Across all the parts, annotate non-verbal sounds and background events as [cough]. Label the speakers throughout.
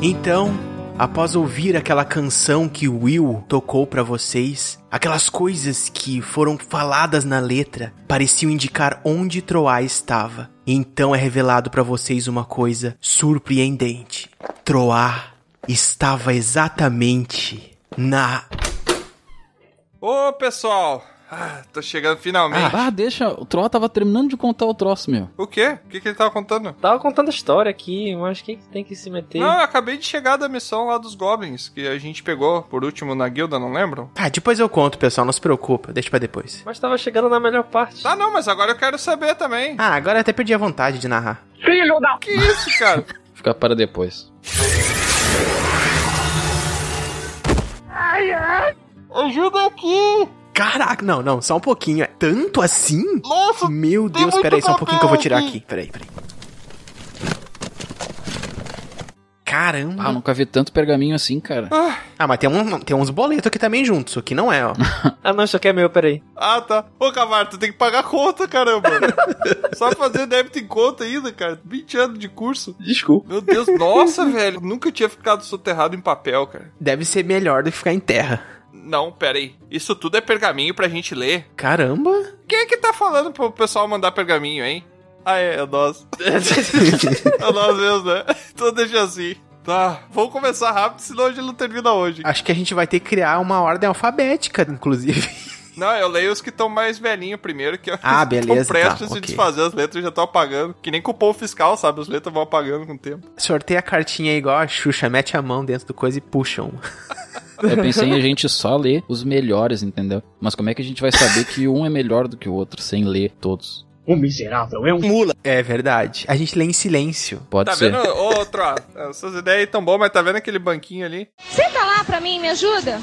Speaker 1: Então, após ouvir aquela canção que Will tocou para vocês, aquelas coisas que foram faladas na letra pareciam indicar onde Troá estava. E então é revelado para vocês uma coisa surpreendente. Troá estava exatamente na
Speaker 2: Ô, pessoal! Ah, tô chegando finalmente.
Speaker 3: Ah, deixa. O Troll tava terminando de contar o troço, meu.
Speaker 2: O quê? O que, que ele tava contando?
Speaker 4: Tava contando a história aqui, mas quem que tem que se meter?
Speaker 2: Não, eu acabei de chegar da missão lá dos Goblins, que a gente pegou por último na guilda, não lembram?
Speaker 1: Ah, depois eu conto, pessoal, não se preocupa, deixa pra depois.
Speaker 4: Mas tava chegando na melhor parte.
Speaker 2: Tá, não, mas agora eu quero saber também.
Speaker 1: Ah, agora eu até perdi a vontade de narrar.
Speaker 2: Que isso, cara?
Speaker 3: Fica para depois.
Speaker 2: Ajuda aqui!
Speaker 1: Caraca, não, não, só um pouquinho. É tanto assim?
Speaker 2: Nossa!
Speaker 1: Meu
Speaker 2: Tem
Speaker 1: Deus,
Speaker 2: muito
Speaker 1: peraí, só um pouquinho que eu vou tirar
Speaker 2: papel
Speaker 1: aqui. Peraí, peraí. Caramba!
Speaker 3: Ah, nunca vi tanto pergaminho assim,
Speaker 2: [laughs]
Speaker 3: cara.
Speaker 1: Ah, mas tem, um, tem uns boletos aqui também junto. Isso aqui não é, [laughs] ó.
Speaker 4: Ah, não, isso aqui é meu, peraí.
Speaker 2: Ah, tá. Ô, Cavar, tu tem que pagar a conta, caramba. Só fazer débito em conta ainda, cara. 20 anos de curso.
Speaker 3: Desculpa.
Speaker 2: Meu Deus, nossa, velho. Nunca tinha ficado soterrado em papel, cara.
Speaker 1: Deve ser melhor do que ficar em terra.
Speaker 2: Não, pera aí. Isso tudo é pergaminho pra gente ler.
Speaker 1: Caramba!
Speaker 2: Quem é que tá falando pro pessoal mandar pergaminho, hein? Ah, é, é [laughs] nós. é nós mesmo, né? Então deixa assim. Tá, vamos começar rápido, senão a gente não termina hoje.
Speaker 1: Acho que a gente vai ter que criar uma ordem alfabética, inclusive. [laughs]
Speaker 2: Não, eu leio os que estão mais velhinhos primeiro, que [laughs]
Speaker 1: Ah, beleza,
Speaker 2: estão prestes
Speaker 1: tá,
Speaker 2: a se
Speaker 1: ok.
Speaker 2: desfazer, as letras já estão apagando. Que nem cupom fiscal, sabe? As letras vão apagando com o tempo.
Speaker 1: Sorteia a cartinha igual a Xuxa, mete a mão dentro do coisa e puxa uma.
Speaker 3: Eu pensei em a gente só ler os melhores, entendeu? Mas como é que a gente vai saber que um é melhor do que o outro sem ler todos?
Speaker 5: O miserável é um mula.
Speaker 1: [laughs] É verdade. A gente lê em silêncio.
Speaker 3: Pode
Speaker 2: Tá
Speaker 3: ser.
Speaker 2: vendo? Ô, outro, essas ideias aí tão boas, mas tá vendo aquele banquinho ali?
Speaker 6: Senta lá pra mim, me ajuda.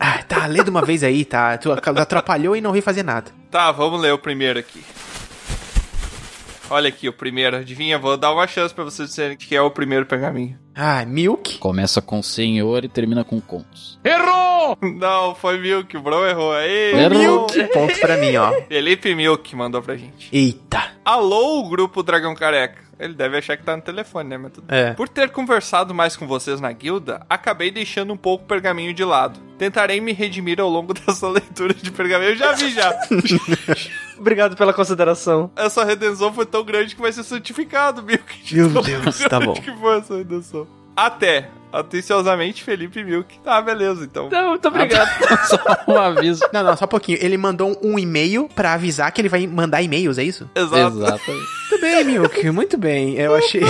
Speaker 1: Ah, tá, lê de uma vez aí, tá? Tu atrapalhou e não veio fazer nada.
Speaker 2: Tá, vamos ler o primeiro aqui. Olha aqui, o primeiro. Adivinha, vou dar uma chance pra vocês dizerem que é o primeiro pergaminho.
Speaker 1: Ah, Milk?
Speaker 3: Começa com senhor e termina com contos. [laughs]
Speaker 2: Não, foi Milk, o Bro errou. Aí,
Speaker 3: Errou.
Speaker 1: Ponto pra mim, ó.
Speaker 2: Felipe Milk mandou pra gente.
Speaker 1: Eita.
Speaker 2: Alô, grupo Dragão Careca. Ele deve achar que tá no telefone, né? Mas tudo bem.
Speaker 1: É.
Speaker 2: Por ter conversado mais com vocês na guilda, acabei deixando um pouco o pergaminho de lado. Tentarei me redimir ao longo [laughs] dessa leitura de pergaminho. Eu já vi
Speaker 1: [laughs]
Speaker 2: já.
Speaker 4: Obrigado pela consideração.
Speaker 2: Essa redenção foi tão grande que vai ser santificado, Milk.
Speaker 1: Meu
Speaker 2: Tão
Speaker 1: Deus, tá
Speaker 2: grande
Speaker 1: bom.
Speaker 2: [laughs] que foi essa redenção. Até. Atenciosamente, Felipe Milk. Tá, beleza, então.
Speaker 4: Não, muito obrigado.
Speaker 3: Só um aviso.
Speaker 1: Não, não, só um pouquinho. Ele mandou um e-mail pra avisar que ele vai mandar e-mails, é isso?
Speaker 2: Exato.
Speaker 3: Exatamente.
Speaker 1: Muito bem, Milk, muito bem. Eu achei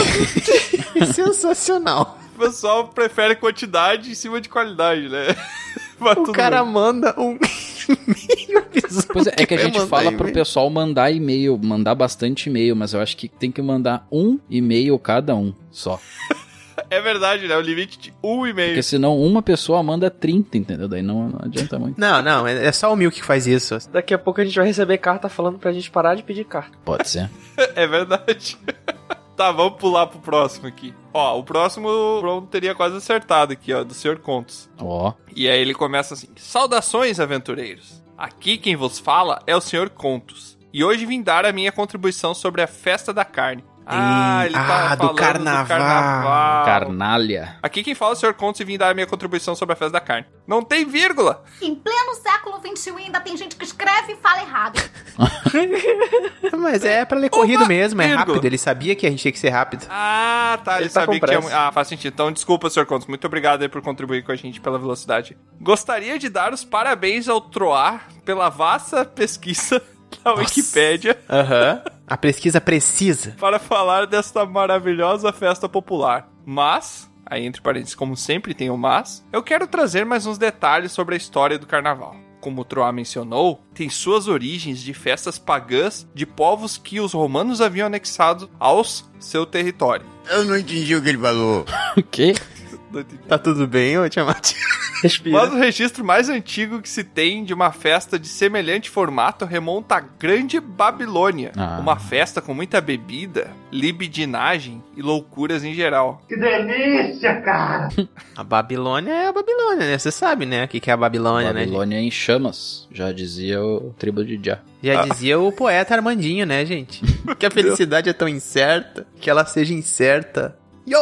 Speaker 1: [laughs] sensacional.
Speaker 2: O pessoal prefere quantidade em cima de qualidade, né? [laughs] Mas
Speaker 1: O
Speaker 2: tudo
Speaker 1: cara
Speaker 2: bem.
Speaker 1: manda um [laughs] e-mail avisando
Speaker 3: Pois é, é que a
Speaker 1: vai
Speaker 3: gente
Speaker 1: mandar
Speaker 3: fala pro
Speaker 1: e-mail.
Speaker 3: pessoal mandar e-mail, mandar bastante e-mail, mas eu acho que tem que mandar um e-mail cada um só.
Speaker 2: É verdade, né? O limite de um e meio.
Speaker 3: Porque senão uma pessoa manda 30, entendeu? Daí não, não adianta muito.
Speaker 1: Não, não, é é só o Milk que faz isso.
Speaker 4: Daqui a pouco a gente vai receber carta falando pra gente parar de pedir carta.
Speaker 3: Pode ser.
Speaker 2: [laughs] É verdade. tá, vamos pular pro próximo aqui. Ó, o próximo o Bruno teria quase acertado aqui, ó, do Sr. Contos.
Speaker 3: Ó,
Speaker 2: E aí ele começa assim: Saudações, aventureiros! Aqui quem vos fala é o Sr. Contos. E hoje vim dar a minha contribuição sobre a festa da carne. Ah, ele tá
Speaker 1: ah, do
Speaker 2: falando
Speaker 1: carnaval.
Speaker 2: do carnaval.
Speaker 3: carnalha.
Speaker 2: Aqui quem fala é o Sr. Contos e vim dar a minha contribuição sobre a festa da carne. Não tem vírgula!
Speaker 6: Em pleno século XXI ainda tem gente que escreve e fala errado.
Speaker 1: Mas é pra ler corrido mesmo, é
Speaker 2: vírgula.
Speaker 1: rápido. Ele sabia que a gente tinha que ser rápido.
Speaker 2: Ah, tá. Ele,
Speaker 4: Ele tá
Speaker 2: sabia
Speaker 4: com
Speaker 2: que
Speaker 4: pressa.
Speaker 2: tinha. Ah, faz sentido. Então, desculpa, Sr. Contos. Muito obrigado aí por contribuir com a gente pela velocidade. Gostaria de dar os parabéns ao Troar pela vasta pesquisa [laughs] da Wikipédia
Speaker 1: Aham. A pesquisa precisa.
Speaker 2: para falar desta maravilhosa festa popular. Mas. Aí, entre parênteses, como sempre tem o mas, eu quero trazer mais uns detalhes sobre a história do carnaval. Como o Troar mencionou, tem suas origens de festas pagãs de povos que os romanos haviam anexado aos seu território.
Speaker 7: Eu não entendi o que ele falou.
Speaker 3: [laughs] O quê?
Speaker 2: Não entendi.
Speaker 1: Tá tudo bem, ô Tiamat?
Speaker 4: Respira.
Speaker 2: Mas o registro mais antigo que se tem de uma festa de semelhante formato remonta à Grande Babilônia.
Speaker 3: Ah.
Speaker 2: Uma festa com muita bebida, libidinagem e loucuras em geral.
Speaker 5: Que delícia, cara.
Speaker 1: A Babilônia é a Babilônia, né? Você sabe, né? O que que é a Babilônia, né?
Speaker 3: Babilônia em chamas, já dizia o tribo de Já.
Speaker 1: gente? Já dizia o poeta Armandinho, né, gente? Que a felicidade é tão incerta que ela seja incerta. Yo!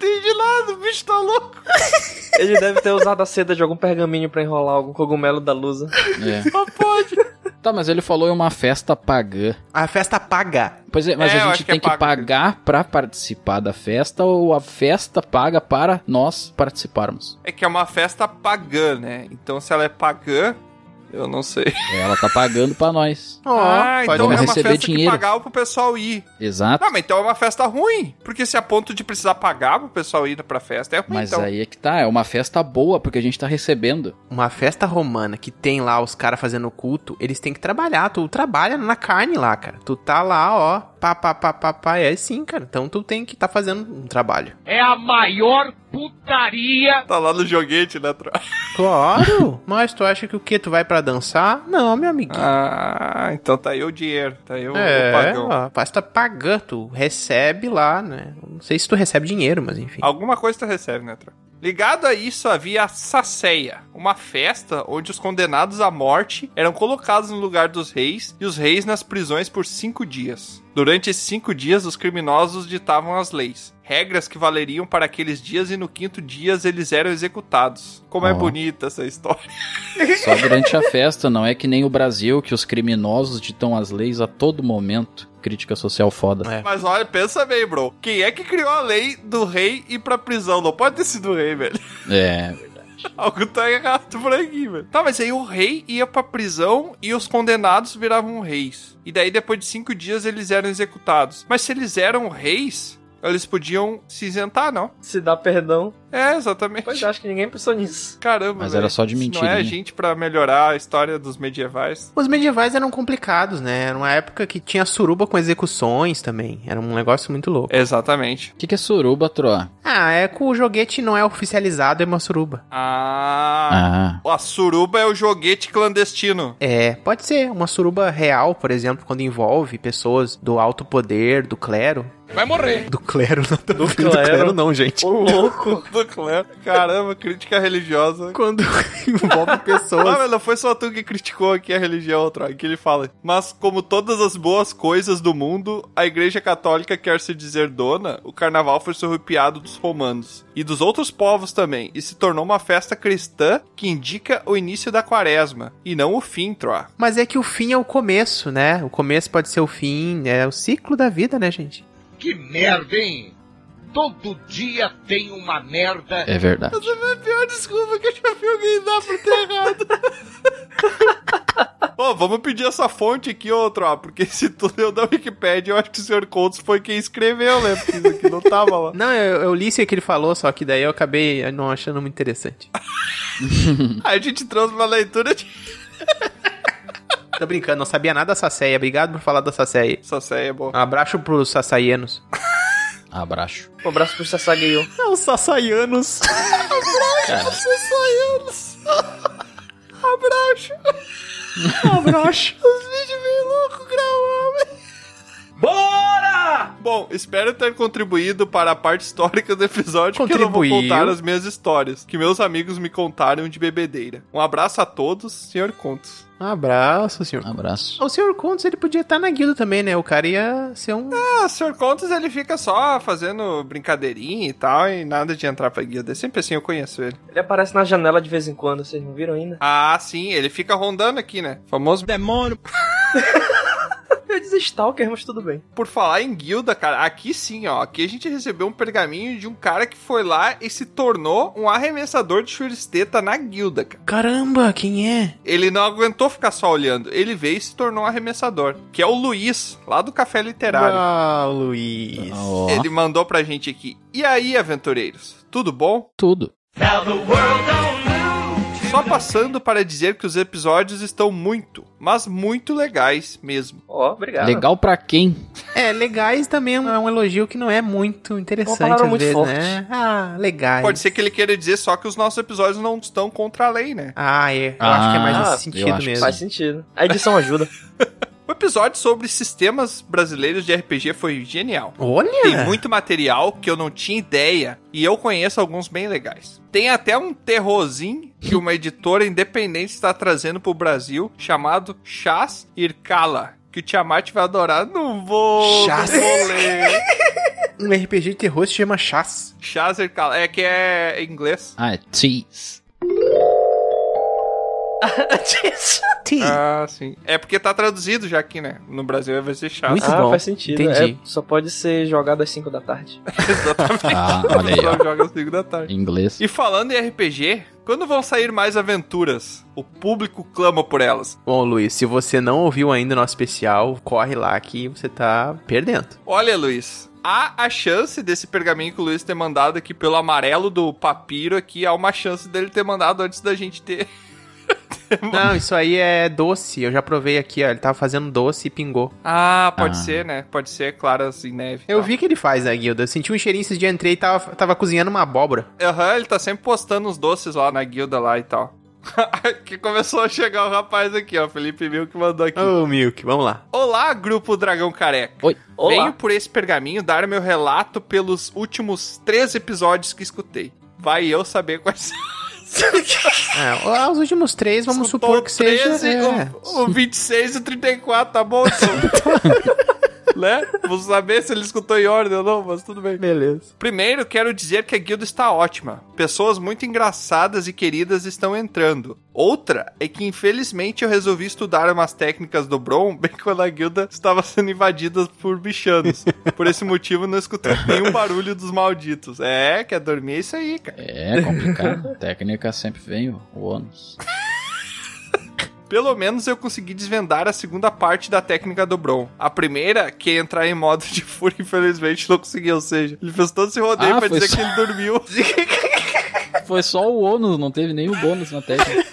Speaker 2: Tem de lado, o bicho tá louco.
Speaker 4: [laughs] Ele deve ter usado a seda de algum pergaminho pra enrolar algum cogumelo da lusa.
Speaker 3: É.
Speaker 2: Ah,
Speaker 3: Tá, mas ele falou em uma festa pagã.
Speaker 1: A festa paga.
Speaker 3: Pois é, mas
Speaker 2: É, eu
Speaker 3: a
Speaker 2: acho
Speaker 3: gente
Speaker 2: que
Speaker 3: tem
Speaker 2: é
Speaker 3: que
Speaker 2: paga.
Speaker 3: pagar pra participar da festa ou a festa paga para nós participarmos?
Speaker 2: É que é uma festa pagã, né? Então se ela é pagã, eu não sei.
Speaker 3: É, Ela tá pagando pra nós.
Speaker 1: Ó,
Speaker 2: ah,
Speaker 1: faz
Speaker 2: então
Speaker 1: um-
Speaker 2: é uma
Speaker 3: receber
Speaker 2: festa
Speaker 3: dinheiro. Ah.
Speaker 2: que pagava pro pessoal ir.
Speaker 3: Exato.
Speaker 2: Não, mas então é uma festa ruim. Porque se é a ponto de precisar pagar pro pessoal ir pra festa, é ruim.
Speaker 3: Mas
Speaker 2: então.
Speaker 3: aí é que tá, é uma festa boa porque a gente tá recebendo.
Speaker 1: Uma festa romana que tem lá os caras fazendo culto, eles têm que trabalhar. Tu trabalha na carne lá, cara. Tu tá lá, ó, pá, pá, pá, pá, pá. É assim, cara. Então tu tem que tá fazendo um trabalho.
Speaker 5: É a maior putaria.
Speaker 2: Tá lá no joguete, né, Tro?
Speaker 1: Claro! [laughs] Mas tu acha que o quê? Tu vai pra dançar? Não, meu amiguinho.
Speaker 2: Ah, então tá aí o dinheiro. Tá aí o, o
Speaker 1: É,
Speaker 2: pagão.
Speaker 1: ó, festa pagã, tu recebe lá, né? Não sei se tu recebe dinheiro, mas enfim.
Speaker 2: Alguma coisa tu recebe, né, Tro? Ligado a isso havia a Saceia, uma festa onde os condenados à morte eram colocados no lugar dos reis e os reis nas prisões por cinco dias. Durante esses cinco dias, os criminosos ditavam as leis, regras que valeriam para aqueles dias e no quinto dia eles eram executados. Como é
Speaker 3: Ó.
Speaker 2: bonita essa história.
Speaker 3: Só durante a festa, não é que nem o Brasil que os criminosos ditam as leis a todo momento. Crítica social foda.
Speaker 1: É.
Speaker 2: Mas olha, pensa bem, bro. Quem é que criou a lei do rei ir pra prisão? Não pode ter sido o rei, velho.
Speaker 3: É,
Speaker 2: Algo tá errado por aqui, velho. Tá, mas aí o rei ia pra prisão e os condenados viravam reis. E daí, depois de cinco dias, eles eram executados. Mas se eles eram reis, eles podiam se isentar, não?
Speaker 4: Se dá perdão.
Speaker 2: É, exatamente.
Speaker 4: Pois é, acho que ninguém pensou nisso.
Speaker 2: Caramba,
Speaker 3: Mas
Speaker 2: velho.
Speaker 3: era só de
Speaker 2: Isso Não é
Speaker 3: mentirinha.
Speaker 2: gente pra melhorar a história dos medievais.
Speaker 1: Os medievais eram complicados, né? Era uma época que tinha suruba com execuções também. Era um negócio muito louco.
Speaker 2: Exatamente.
Speaker 3: O que, que é suruba, Troa?
Speaker 1: Ah, é que o joguete não é oficializado, é uma suruba.
Speaker 2: Ah...
Speaker 3: Ah,
Speaker 2: A suruba é o joguete clandestino.
Speaker 1: É, pode ser uma suruba real, por exemplo, quando envolve pessoas do alto poder, do clero.
Speaker 5: Vai morrer.
Speaker 1: Do clero, não tô
Speaker 4: Do
Speaker 1: falando
Speaker 4: clero.
Speaker 1: não, gente.
Speaker 4: Ô louco!
Speaker 2: [laughs] Do clã. Caramba, crítica religiosa.
Speaker 1: Quando
Speaker 2: [laughs]
Speaker 1: envolve
Speaker 2: Ah,
Speaker 1: pessoas.
Speaker 2: mas não foi só tu que criticou aqui a religião, Troy, que ele fala. Mas como todas as boas coisas do mundo, a igreja católica quer se dizer dona, o carnaval foi surrupiado dos romanos e dos outros povos também, e se tornou uma festa cristã que indica o início da quaresma, e não o fim, Troy.
Speaker 1: Mas é que o fim é o começo, né? O começo pode ser o fim, é o ciclo da vida, né, gente?
Speaker 5: Que merda, hein? Todo dia tem uma merda.
Speaker 3: é verdade.
Speaker 2: Pior desculpa que eu já vi alguém dar por ter errado. Ô, vamos pedir essa fonte aqui, ô, Troy, porque [laughs] se tu leu da Wikipédia, eu acho que o senhor Coates foi quem escreveu, né? Porque isso aqui não tava
Speaker 1: [laughs]
Speaker 2: lá.
Speaker 1: Não, eu, eu li isso que ele falou, só que daí eu acabei não achando muito interessante.
Speaker 2: A gente trouxe uma leitura de.
Speaker 1: Tô brincando, não sabia nada da Sasseia. Obrigado por falar da Sasseia.
Speaker 2: Essa série é boa.
Speaker 1: Um abraço pros Sassaianos.
Speaker 3: Abraço.
Speaker 4: Um abraço pro Sassagayo.
Speaker 1: É os Sassaianos.
Speaker 2: Abraço!
Speaker 1: abraço.
Speaker 2: [laughs] Os vídeos bem loucos gravando! Bora! Bom, espero ter contribuído para a parte histórica do episódio, que eu não vou
Speaker 1: Contribuiu.
Speaker 2: contar as minhas histórias, que meus amigos me contaram de bebedeira. Um abraço a todos, senhor Contos.
Speaker 1: Um abraço, senhor.
Speaker 3: Abraço.
Speaker 1: O senhor Contos, ele podia estar na guilda também, né? O cara ia ser um...
Speaker 2: Ah, senhor Contos, ele fica só fazendo brincadeirinha e tal, e nada de entrar pra guilda. É Sempre assim eu conheço ele.
Speaker 4: Ele aparece na janela de vez em quando, vocês não viram ainda?
Speaker 2: Ah, sim, ele fica rondando aqui, né? Famoso demônio.
Speaker 4: Eu disse Stalker, mas tudo bem.
Speaker 2: Por falar em guilda, cara, aqui sim, ó. Aqui a gente recebeu um pergaminho de um cara que foi lá e se tornou um arremessador de churisteta na guilda, cara.
Speaker 1: Caramba, quem é?
Speaker 2: Ele não aguentou ficar só olhando. Ele veio e se tornou um arremessador, que é o Luiz, lá do Café Literário.
Speaker 1: Ah, Luiz.
Speaker 3: Ó,
Speaker 2: Ele mandou pra gente aqui. E aí, aventureiros? Tudo bom?
Speaker 3: tudo.
Speaker 2: Só passando para dizer que os episódios estão muito, mas muito legais mesmo.
Speaker 4: Ó, obrigado.
Speaker 3: Legal pra quem?
Speaker 1: É, legais também é um- é um elogio que não é muito
Speaker 4: Uma
Speaker 1: interessante
Speaker 4: palavra
Speaker 1: às
Speaker 4: muito
Speaker 1: vezes,
Speaker 4: forte.
Speaker 1: né? Ah, legais.
Speaker 2: Pode ser que ele queira dizer só que os nossos episódios não estão contra a lei, né?
Speaker 1: Ah, é. Eu
Speaker 3: Ah,
Speaker 1: acho que é mais
Speaker 4: eu
Speaker 1: nesse
Speaker 4: acho
Speaker 1: sentido
Speaker 3: que
Speaker 1: mesmo.
Speaker 4: Faz sentido. A edição ajuda.
Speaker 2: O episódio sobre sistemas brasileiros de RPG foi genial.
Speaker 1: Olha!
Speaker 2: Tem muito material que eu não tinha ideia e eu conheço alguns bem legais. Tem até um terrorzinho que uma editora independente está trazendo pro Brasil chamado Chás Irkala. Que o Tiamat vai adorar. Não vou.
Speaker 1: Chás.
Speaker 2: Não vou ler.
Speaker 1: um RPG de terror se chama Chás.
Speaker 2: Chaser Cala. É que é em inglês.
Speaker 3: Ah, é tea.
Speaker 4: Disso.
Speaker 2: Ah, sim. É porque tá traduzido já aqui, né? No Brasil vai ser chaser.
Speaker 1: Muito
Speaker 4: ah,
Speaker 1: bom.
Speaker 4: faz sentido.
Speaker 1: Entendi.
Speaker 4: É, só pode ser jogado às 5 da tarde.
Speaker 2: [laughs]
Speaker 4: [laughs]
Speaker 2: Exatamente.
Speaker 3: Ah, olha aí, ó.
Speaker 2: Só joga às 5 da [laughs] tarde.
Speaker 3: Em inglês.
Speaker 2: E falando em RPG, quando vão sair mais aventuras? O público clama por elas.
Speaker 1: Bom, Luiz, se você não ouviu ainda o nosso especial, corre lá que você tá perdendo.
Speaker 2: Olha, Luiz, há a chance desse pergaminho que o Luiz ter mandado aqui pelo amarelo do papiro aqui, há uma chance dele ter mandado antes da gente ter. [laughs]
Speaker 1: Não, isso aí é doce. Eu já provei aqui, ó. Ele tava fazendo doce e pingou.
Speaker 2: Ah, pode
Speaker 3: Ah.
Speaker 2: ser, né? Pode ser, claras em neve. e
Speaker 1: Eu
Speaker 2: tal.
Speaker 1: vi que ele faz na guilda. Eu senti um cheirinho esses dias, entrei e tava, tava cozinhando uma abóbora.
Speaker 2: Aham, ele tá sempre postando os doces lá na guilda lá e tal. [laughs] que começou a chegar o rapaz aqui, ó. Felipe Mil que mandou aqui.
Speaker 1: Ô, Milk, vamos lá.
Speaker 2: Olá, grupo Dragão Careca.
Speaker 3: Oi.
Speaker 4: Olá.
Speaker 2: Venho por esse pergaminho dar meu relato pelos últimos três episódios que escutei. Vai eu saber quais
Speaker 1: É, ó, os últimos três, vamos
Speaker 2: Escutou
Speaker 1: supor que
Speaker 2: o
Speaker 1: seja.
Speaker 2: 13,
Speaker 1: é.
Speaker 2: o, o 26 e o 34,
Speaker 1: [laughs]
Speaker 2: tá bom? então? né? Vou saber se ele escutou em ordem ou não, mas tudo bem.
Speaker 1: Beleza.
Speaker 2: Primeiro, quero dizer que a guilda está ótima. Pessoas muito engraçadas e queridas estão entrando. Outra é que, infelizmente, eu resolvi estudar umas técnicas do Bron [laughs] bem quando a guilda estava sendo invadida por bichanos. Por esse motivo, não escutei nenhum barulho dos malditos. É, quer dormir é isso aí, cara.
Speaker 3: É complicado. Técnica sempre vem o o ônus.
Speaker 2: Pelo menos eu consegui desvendar a segunda parte da técnica do Bron. A primeira, que é entrar em modo de fúria, infelizmente não consegui, ou seja, ele fez todo esse rodeio
Speaker 3: Ah,
Speaker 2: pra
Speaker 3: foi
Speaker 2: dizer
Speaker 3: só-
Speaker 2: que ele dormiu.
Speaker 3: [laughs] Foi só o ônus, não teve nenhum bônus na técnica.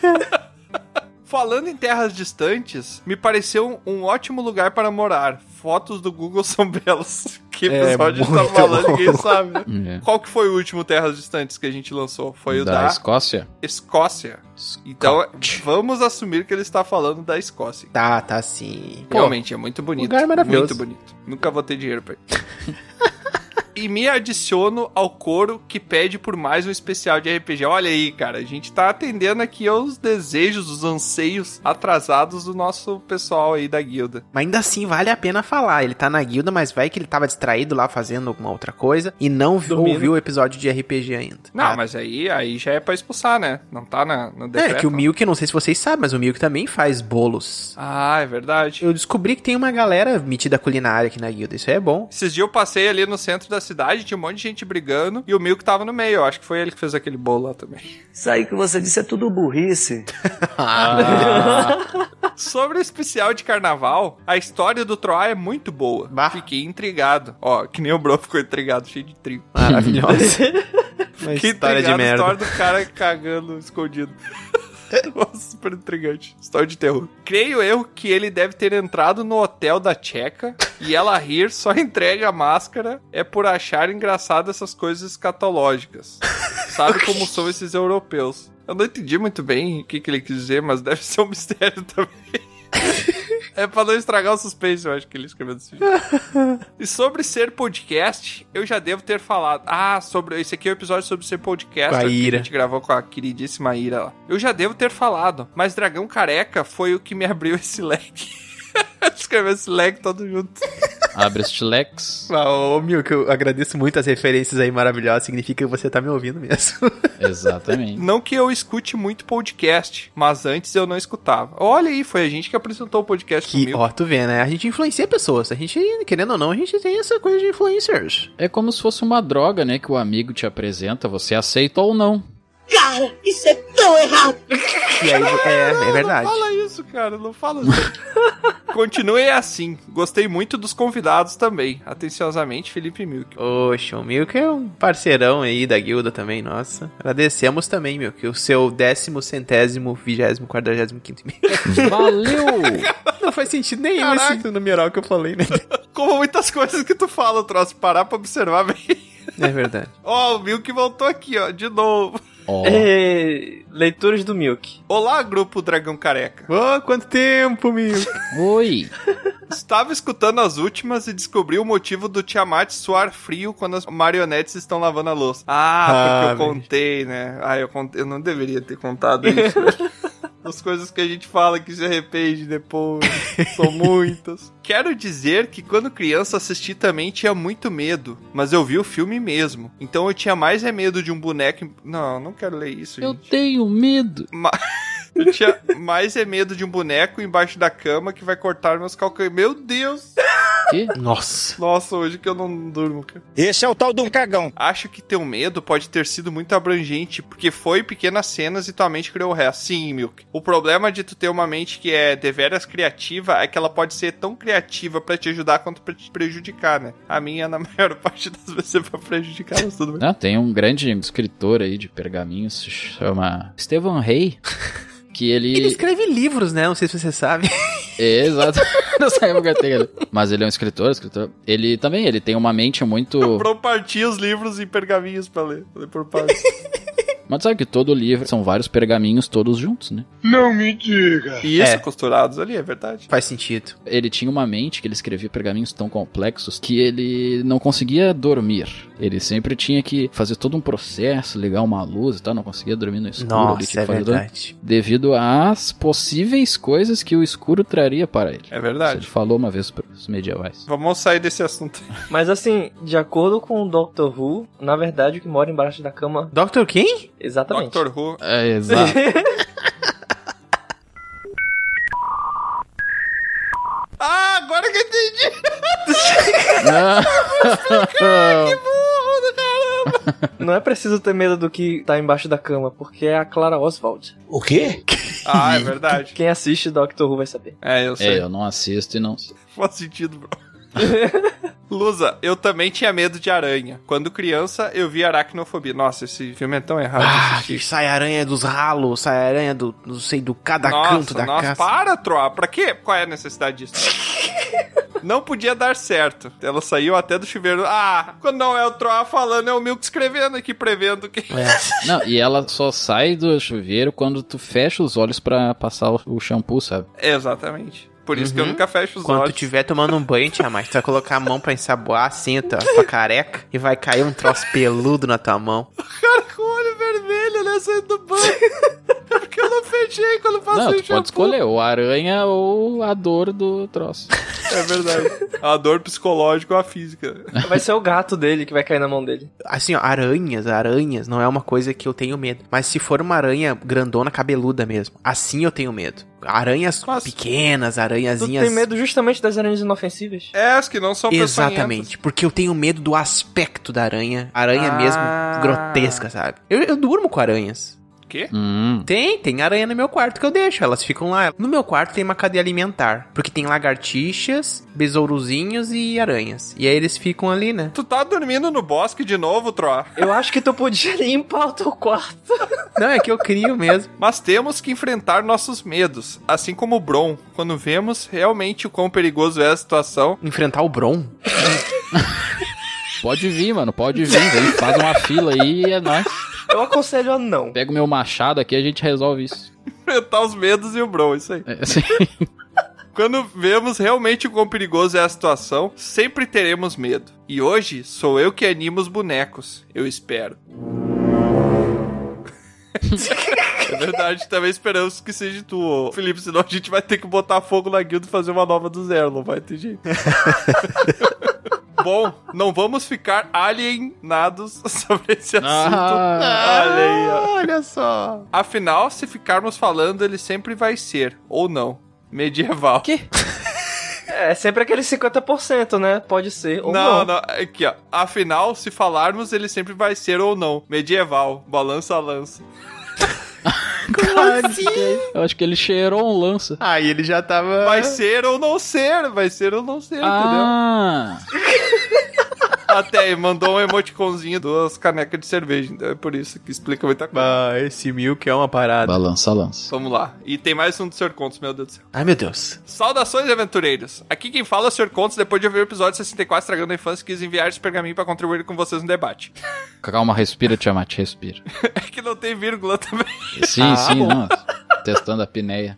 Speaker 2: Falando em terras distantes, me pareceu um ótimo lugar para morar. Fotos do Google [laughs] são belas. Que
Speaker 1: É,
Speaker 2: episódio a gente tá
Speaker 1: muito
Speaker 2: falando,
Speaker 1: bom.
Speaker 2: ninguém sabe. né?
Speaker 3: É.
Speaker 2: Qual que foi o último Terras Distantes que a gente lançou? Foi o
Speaker 3: Da
Speaker 2: da,
Speaker 3: Escócia?
Speaker 2: Escócia. Então, vamos assumir que ele está falando da Escócia.
Speaker 1: Tá, tá sim. Pô,
Speaker 2: Realmente, é muito bonito.
Speaker 1: lugar maravilhoso.
Speaker 2: Muito bonito. Nunca vou ter dinheiro pra isso. [laughs] e me adiciono ao coro que pede por mais um especial de RPG. Olha aí, cara, a gente tá atendendo aqui aos desejos, os anseios atrasados do nosso pessoal aí da guilda.
Speaker 1: Mas ainda assim vale a pena falar. Ele tá na guilda, mas vai que ele tava distraído lá fazendo alguma outra coisa e não vi-
Speaker 4: Dormindo.
Speaker 1: ouviu o episódio de RPG ainda.
Speaker 2: Não,
Speaker 1: Ah,
Speaker 2: mas aí, aí já é pra expulsar, né? Não tá na, no
Speaker 1: É
Speaker 2: decreto.
Speaker 1: que o Milk, não sei se vocês sabem, mas o Milk também faz bolos.
Speaker 2: Ah, é verdade.
Speaker 1: Eu descobri que tem uma galera metida culinária aqui na guilda. Isso aí é bom.
Speaker 2: Esses dias eu passei ali no centro da cidade, tinha um monte de gente brigando e o Milk tava no meio. Eu acho que foi ele que fez aquele bolo lá também.
Speaker 8: Isso aí que você disse é tudo burrice.
Speaker 2: [laughs] Sobre o especial de carnaval, a história do Troá é muito boa.
Speaker 1: Bah.
Speaker 2: Fiquei intrigado. Ó, que nem o Bro ficou intrigado, cheio de trigo.
Speaker 1: [laughs] Maravilhosa. Uma [laughs]
Speaker 2: Fiquei
Speaker 1: história de
Speaker 2: intrigado,
Speaker 1: merda.
Speaker 2: história do cara cagando escondido. [laughs] Nossa, super intrigante. História de terror. Creio eu que ele deve ter entrado no hotel da Tcheca e ela rir só entrega a máscara é por achar engraçado essas coisas escatológicas. [laughs] Sabe como são esses europeus. Eu não entendi muito bem o que, que ele quis dizer, mas deve ser um mistério [laughs] também. É pra não estragar o suspense, eu acho que ele escreveu desse
Speaker 1: [laughs]
Speaker 2: jeito. E sobre ser podcast, eu já devo ter falado. Ah, sobre. Esse aqui é o episódio sobre ser podcast.
Speaker 1: Com a
Speaker 2: que
Speaker 1: Ira.
Speaker 2: A gente gravou com a queridíssima Ira lá. Eu já devo ter falado, mas Dragão Careca foi o que me [laughs] abriu esse leque. [laughs] Escreveu esse leque todo junto.
Speaker 3: Abre este lex.
Speaker 1: Ah, Ô, Milk, eu agradeço muito as referências aí maravilhosas. Significa que você tá me ouvindo mesmo.
Speaker 3: Exatamente.
Speaker 2: Não que eu escute muito podcast, mas antes eu não escutava. Olha aí, foi a gente que apresentou o podcast
Speaker 1: [laughs] Que,
Speaker 2: comigo.
Speaker 1: ó, tu vê, né? A gente influencia pessoas. A gente, querendo ou não, a gente tem essa coisa de influencers.
Speaker 3: É como se fosse uma droga, né? Que o amigo te apresenta, você aceita ou [laughs] não.
Speaker 9: Cara, isso é tão errado!
Speaker 1: E aí, é, é verdade.
Speaker 2: Não fala isso, cara. Não fala isso. [laughs] Continue assim. Gostei muito dos convidados também. Atenciosamente, Felipe Milk.
Speaker 1: Oxe, o Milk é um parceirão aí da guilda também, nossa. Agradecemos também, Milk, o seu décimo, centésimo, vigésimo, quadragésimo, quinto e meio.
Speaker 3: Valeu!
Speaker 1: [laughs] Não faz sentido nenhum
Speaker 2: Caraca.
Speaker 1: esse numeral que eu falei, né?
Speaker 2: Como muitas coisas que tu fala, troço. Parar pra observar bem. [laughs]
Speaker 1: É verdade.
Speaker 2: Ó, o Milk voltou aqui, ó. De novo.
Speaker 3: Ó,
Speaker 4: É, leituras do Milk.
Speaker 2: Olá, grupo Dragão Careca.
Speaker 1: Ô, quanto tempo, Milk!
Speaker 3: Oi!
Speaker 2: Estava escutando as últimas e descobri o motivo do Tiamat suar frio quando as marionetes estão lavando a louça. Ah, porque
Speaker 1: Ah,
Speaker 2: eu contei, né? Ah, eu, contei, eu não deveria ter contado isso. As coisas que a gente fala que se arrepende depois. São muitas. Quero dizer que quando criança assisti também tinha muito medo. Mas eu vi o filme mesmo. Então eu tinha mais é medo de um boneco. em- Não, não quero ler isso,
Speaker 3: Eu
Speaker 2: gente.
Speaker 3: tenho medo.
Speaker 2: Eu tinha mais é medo de um boneco embaixo da cama que vai cortar meus calcanhares. Meu Deus!
Speaker 3: Que?
Speaker 1: Nossa.
Speaker 2: Nossa, hoje que eu não durmo, cara.
Speaker 7: Esse é o tal do cagão.
Speaker 2: Acho que teu medo pode ter sido muito abrangente, porque foi pequenas cenas e tua mente criou o resto. Sim, Milk. O problema de tu ter uma mente que é deveras criativa é que ela pode ser tão criativa pra te ajudar quanto pra te prejudicar, né? A minha, na [laughs] maior parte das vezes, é pra prejudicar, mas [laughs] tudo bem.
Speaker 3: Ah, tem um grande escritor aí de pergaminhos, se chama Estevão Rey, que ele... [laughs]
Speaker 1: Ele escreve livros, né? Não sei se você sabe.
Speaker 3: É, exato. [laughs] Nessa época tem ele. Mas ele é um escritor, escritor. Ele também, ele tem uma mente muito...
Speaker 2: Compartilha os livros em pergaminhos pra ler. Ler por parte.
Speaker 3: Mas sabe que todo livro são vários pergaminhos todos juntos, né?
Speaker 5: Não me diga.
Speaker 2: [laughs] E isso,
Speaker 1: É.
Speaker 2: costurados ali, é verdade.
Speaker 1: [laughs] Faz sentido.
Speaker 3: Ele tinha uma mente que ele escrevia pergaminhos tão complexos que ele não conseguia dormir. Ele sempre tinha que fazer todo um processo, ligar uma luz e tal, não conseguia dormir no escuro. ele
Speaker 1: Nossa,
Speaker 3: tinha
Speaker 1: é
Speaker 3: que fazer todo-
Speaker 1: verdade.
Speaker 3: Devido às possíveis coisas que o escuro traria para ele.
Speaker 2: É
Speaker 3: Isso Ele
Speaker 2: verdade.
Speaker 3: falou uma vez para os medievais.
Speaker 2: Vamos sair desse assunto.
Speaker 4: Mas assim, de acordo com o Doctor Who, na verdade o que mora embaixo da cama.
Speaker 1: Dr. Quem?
Speaker 4: Exatamente.
Speaker 2: Doctor Who.
Speaker 3: É,
Speaker 2: [laughs]
Speaker 3: exato.
Speaker 2: Ah, agora que eu entendi!
Speaker 4: Ah. [laughs] Não é preciso ter medo do que tá embaixo da cama, porque é a Clara Oswald.
Speaker 5: O quê?
Speaker 2: Ah, é verdade.
Speaker 4: Quem assiste Doctor Who vai
Speaker 1: [laughs]
Speaker 4: saber.
Speaker 2: É, eu sei.
Speaker 3: é, eu não assisto e não.
Speaker 2: Faz sentido, bro. [laughs] Lusa, eu também tinha medo de aranha. Quando criança, eu vi aracnofobia. Nossa, esse filme é tão errado de
Speaker 1: Ah, que
Speaker 2: assistir.
Speaker 1: sai aranha dos ralos, sai aranha do, não sei, do cada
Speaker 2: nossa,
Speaker 1: canto da
Speaker 2: nossa,
Speaker 1: casa.
Speaker 2: para, Troa. Pra quê? Qual é a necessidade
Speaker 1: [laughs]
Speaker 2: disso? Não podia dar certo. Ela saiu até do chuveiro. Ah, quando não é o Troa falando, é o Milk escrevendo aqui, prevendo que...
Speaker 3: Não, e ela só sai do chuveiro quando tu fecha os olhos pra passar o- o shampoo, sabe?
Speaker 2: [laughs] Exatamente. Por isso que eu nunca fecho os
Speaker 1: É. Uhum. Quando tu
Speaker 2: olhos.
Speaker 1: tiver tomando um banho, tia, mas tu vai colocar a mão pra ensaboar assim, tua, tua careca, e vai cair um troço peludo na tua mão.
Speaker 2: Cara, [laughs] com o olho vermelho, né? Saindo do
Speaker 1: [laughs]
Speaker 2: banho. É porque eu não fechei quando passei
Speaker 3: não,
Speaker 2: o
Speaker 3: tu
Speaker 2: shampoo.
Speaker 3: pode escolher ou a aranha ou a dor do troço.
Speaker 2: É verdade. A dor psicológica ou a física.
Speaker 4: Vai ser o gato dele que vai cair na mão dele.
Speaker 1: Assim, ó, aranhas, aranhas, não é uma coisa que eu tenho medo. Mas se for uma aranha grandona, cabeluda mesmo, assim eu tenho medo. Aranhas
Speaker 2: Nossa.
Speaker 1: pequenas,
Speaker 4: Tu
Speaker 1: aranhazinhas...
Speaker 4: tem medo justamente das aranhas inofensivas?
Speaker 2: É, as que não são peçonhentas.
Speaker 1: Exatamente, porque eu tenho medo do aspecto da aranha. Aranha
Speaker 2: Ah.
Speaker 1: mesmo grotesca, sabe? Eu, eu durmo com aranhas.
Speaker 2: O quê?
Speaker 3: Hum.
Speaker 1: Tem, tem aranha no meu quarto que eu deixo, elas ficam lá. No meu quarto tem uma cadeia alimentar, porque tem lagartixas, besourozinhos e aranhas. E aí eles ficam ali, né?
Speaker 2: Tu tá dormindo no bosque de novo, Tro.
Speaker 4: Eu acho que tu podia [laughs] limpar o teu quarto.
Speaker 1: Não, é que eu crio [laughs] mesmo.
Speaker 2: Mas temos que enfrentar nossos medos, assim como o Bron, quando vemos realmente o quão perigoso é a situação. [laughs]
Speaker 1: Enfrentar o Bron?
Speaker 3: Pode vir, mano, pode vir. Vem, faz uma fila aí e é nóis.
Speaker 4: Eu aconselho a não.
Speaker 3: Pega o meu machado aqui e a gente resolve isso.
Speaker 2: Enfrentar os medos e o Bron, isso aí.
Speaker 3: É, assim,
Speaker 2: [laughs] Quando vemos realmente o quão perigoso é a situação, sempre teremos medo. E hoje sou eu que animo os bonecos, eu espero. [laughs] É verdade, também esperamos que seja tu, ô. Felipe, senão a gente vai ter que botar fogo na guilda e fazer uma nova do zero, não vai ter [laughs] jeito. Bom, não vamos ficar alienados [laughs] sobre esse assunto.
Speaker 3: Ah.
Speaker 2: Olha aí, ó.
Speaker 1: Olha só.
Speaker 2: Afinal, se ficarmos falando, ele sempre vai ser, ou não, medieval.
Speaker 4: Que? É sempre aquele 50%, né? Pode ser ou
Speaker 2: Não,
Speaker 4: não.
Speaker 2: não, aqui ó. Afinal, se falarmos, ele sempre vai ser ou não. Medieval, balança a lança.
Speaker 3: eu acho que ele cheirou um lança.
Speaker 1: Aí ele já tava.
Speaker 2: Vai ser ou não ser, vai ser ou não ser,
Speaker 3: Ah,
Speaker 2: entendeu? Até aí, mandou um emoticonzinho, duas canecas de cerveja, então é por isso que explica muita coisa.
Speaker 1: Ah, esse milk é uma parada.
Speaker 3: balança, lança.
Speaker 2: Vamos lá. E tem mais um do Sr. Contos, meu Deus do céu.
Speaker 1: Ai, meu Deus.
Speaker 2: Saudações, aventureiros! Aqui quem fala é o Sr. Contos, depois de ouvir o episódio 64 Estragando a Infância, quis enviar esse pergaminho pra contribuir com vocês no debate. [laughs]
Speaker 3: Calma, respira, Tiamat, respira.
Speaker 2: É que não tem vírgula também.
Speaker 3: Sim,
Speaker 2: Ah,
Speaker 3: sim, não. Testando
Speaker 2: [laughs]
Speaker 3: a pineia.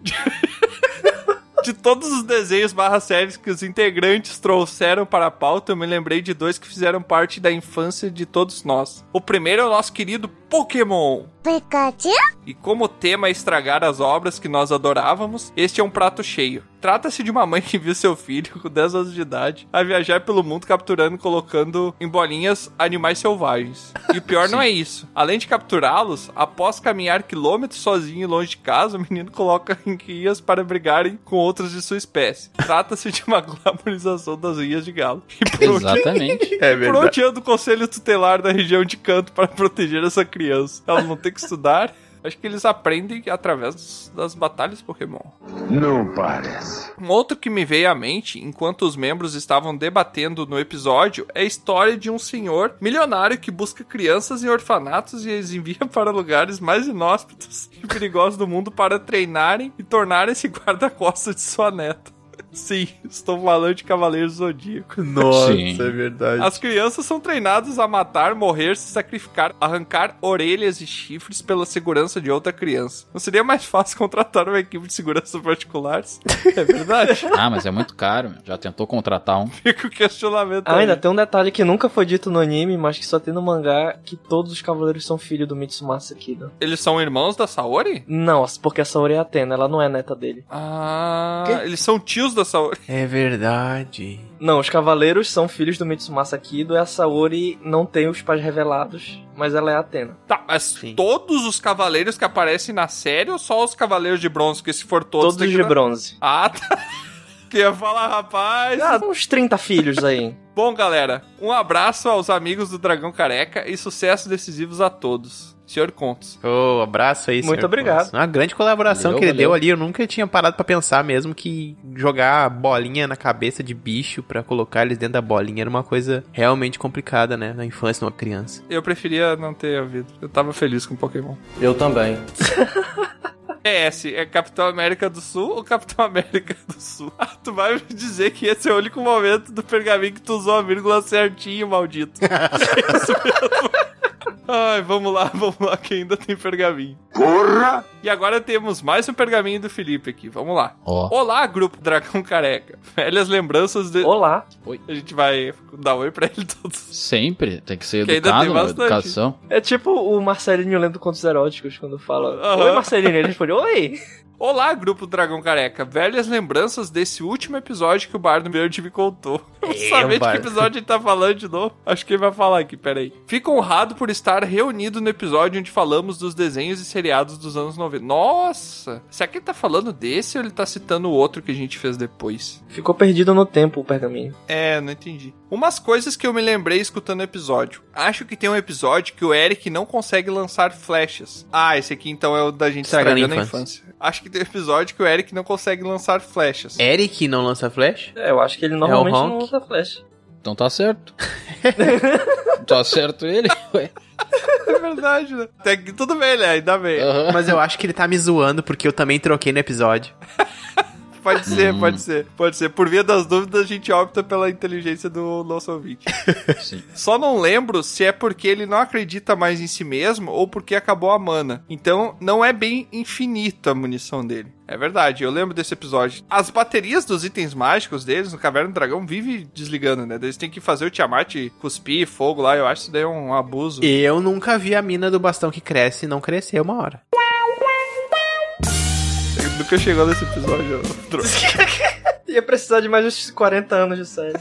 Speaker 2: De todos os desenhos barra séries que os integrantes trouxeram para a pauta, eu me lembrei de dois que fizeram parte da infância de todos nós. O primeiro é o nosso querido Pokémon.
Speaker 9: Pikachu?
Speaker 2: E como o tema é estragar as obras que nós adorávamos, este é um prato cheio. Trata-se de uma mãe que viu seu filho, com 10 anos de idade, a viajar pelo mundo capturando e colocando em bolinhas animais selvagens. E o pior não é isso. Além de capturá-los, após caminhar quilômetros sozinho e longe de casa, o menino coloca em guias para brigarem com outros de sua espécie. Trata-se de uma [laughs] glamorização das guias de galo. E por último, [laughs]
Speaker 3: Exatamente.
Speaker 10: É verdade.
Speaker 2: Pronteando o conselho tutelar da região de canto para proteger essa criança. Ela não tem que estudar. Acho que eles aprendem através dos- das batalhas Pokémon.
Speaker 10: Não parece.
Speaker 2: Um outro que me veio à mente enquanto os membros estavam debatendo no episódio é a história de um senhor milionário que busca crianças em orfanatos e as envia [laughs] para lugares mais inóspitos e perigosos do mundo para treinarem e tornarem-se guarda-costas de sua neta. Sim, estou falando de Cavaleiro Zodíaco.
Speaker 10: Nossa,
Speaker 3: Sim.
Speaker 10: é verdade.
Speaker 2: As crianças são treinadas a matar, morrer, se sacrificar, arrancar orelhas e chifres pela segurança de outra criança. Não seria mais fácil [laughs] contratar uma equipe de segurança particulares? É
Speaker 3: [laughs]
Speaker 2: verdade.
Speaker 3: Ah, mas é muito caro, meu. Já tentou contratar um.
Speaker 2: Fica o questionamento
Speaker 4: Ah,
Speaker 2: aí.
Speaker 4: ainda tem um detalhe que nunca foi dito no anime, mas que só tem no mangá, que todos os cavaleiros são filhos do Mitsumasa Kido.
Speaker 2: Eles são irmãos da Saori?
Speaker 4: Não, porque a Saori é Atena, ela não é neta dele.
Speaker 2: Ah, eles são tios da Saori.
Speaker 1: É verdade.
Speaker 4: Não, os cavaleiros são filhos do Mitsumasa Kido e a Saori não tem os pais revelados, mas ela é Atena.
Speaker 2: Tá, mas
Speaker 1: Sim.
Speaker 2: todos os cavaleiros que aparecem na série ou só os cavaleiros de bronze? Porque se for todos...
Speaker 4: Todos,
Speaker 2: tem que
Speaker 4: de
Speaker 2: dar-
Speaker 4: bronze.
Speaker 2: Ah, tá. [laughs] Que ia falar, rapaz.
Speaker 4: Ah, uns 30 filhos aí.
Speaker 2: Bom, galera, um abraço aos amigos do Dragão Careca e sucessos decisivos a todos. Senhor Contos.
Speaker 1: Ô, abraço aí,
Speaker 4: Muito
Speaker 1: senhor
Speaker 4: obrigado.
Speaker 1: Pontes. Uma grande colaboração
Speaker 3: Valeu,
Speaker 1: que ele
Speaker 3: valeu.
Speaker 1: deu ali. Eu nunca tinha parado pra pensar mesmo que jogar bolinha na cabeça de bicho pra colocar eles dentro da bolinha era uma coisa realmente complicada, né? Na infância de uma criança.
Speaker 2: Eu preferia não ter ouvido. Eu tava feliz com Pokémon.
Speaker 4: Eu também.
Speaker 2: PS, é Capitão América do Sul ou Capitão América do Sul? Ah, tu vai me dizer que esse é o único momento do pergaminho que tu usou a vírgula certinho, maldito. É isso mesmo. Ai, vamos lá, vamos lá, que ainda tem pergaminho.
Speaker 10: Porra!
Speaker 2: E agora temos mais um pergaminho do Felipe aqui, vamos lá.
Speaker 3: Ó.
Speaker 2: Olá, grupo Dragão Careca. Velhas lembranças de...
Speaker 4: Olá.
Speaker 2: A gente vai dar oi pra ele [laughs] todos.
Speaker 3: Sempre. Tem que ser
Speaker 2: Que ainda
Speaker 3: educado,
Speaker 2: tem
Speaker 3: meu,
Speaker 2: bastante.
Speaker 3: educação.
Speaker 4: É tipo o Marcelinho lendo contos eróticos quando fala.
Speaker 2: Aham.
Speaker 4: Oi, Marcelinho. Ele responde: Oi.
Speaker 2: Olá, grupo Dragão Careca. Velhas lembranças desse último episódio que o Bardo Verde me contou. [laughs] Eu vou saber de que
Speaker 1: Bardo.
Speaker 2: episódio ele tá falando de novo. Acho que ele vai falar aqui, peraí. Fico honrado por estar reunido no episódio onde falamos dos desenhos e seriados dos anos 90. Nossa! Será que ele tá falando desse ou ele tá citando o outro que a gente fez depois?
Speaker 4: Ficou perdido no tempo o pergaminho.
Speaker 2: É, não entendi. Umas coisas que eu me lembrei escutando o episódio. Acho que tem um episódio que o Eric não consegue lançar flechas. Ah, esse aqui então é o da gente
Speaker 1: Estragando a
Speaker 2: estragando a infância. Acho que tem um episódio que o Eric não consegue lançar flechas.
Speaker 1: Eric não lança flash?
Speaker 4: É, eu acho que ele normalmente não
Speaker 1: Honk.
Speaker 4: usa flecha.
Speaker 3: Então tá
Speaker 2: [laughs]
Speaker 3: certo. tá certo ele? Ué.
Speaker 2: É verdade, né? Até que tudo bem, né? Ainda bem.
Speaker 3: Aham.
Speaker 1: [laughs] Mas eu acho que ele tá me zoando porque eu também troquei no episódio.
Speaker 2: Pode ser,
Speaker 3: Hum.
Speaker 2: pode ser, pode ser. Por via das dúvidas, a gente opta pela inteligência do nosso ouvinte.
Speaker 3: Sim.
Speaker 2: Só não lembro se é porque ele não acredita mais em si mesmo ou porque acabou a mana. Então não é bem infinita a munição dele. É verdade, eu lembro desse episódio. As baterias dos itens mágicos deles no Caverna do Dragão vive desligando, né? Daí Eles têm que fazer o Tiamat cuspir fogo lá. Eu acho que isso daí é um abuso.
Speaker 1: Eu nunca vi a mina do bastão que cresce e não crescer uma hora.
Speaker 2: Ele nunca chegou nesse episódio. [laughs] droga.
Speaker 4: Ia precisar de mais uns 40 anos de série.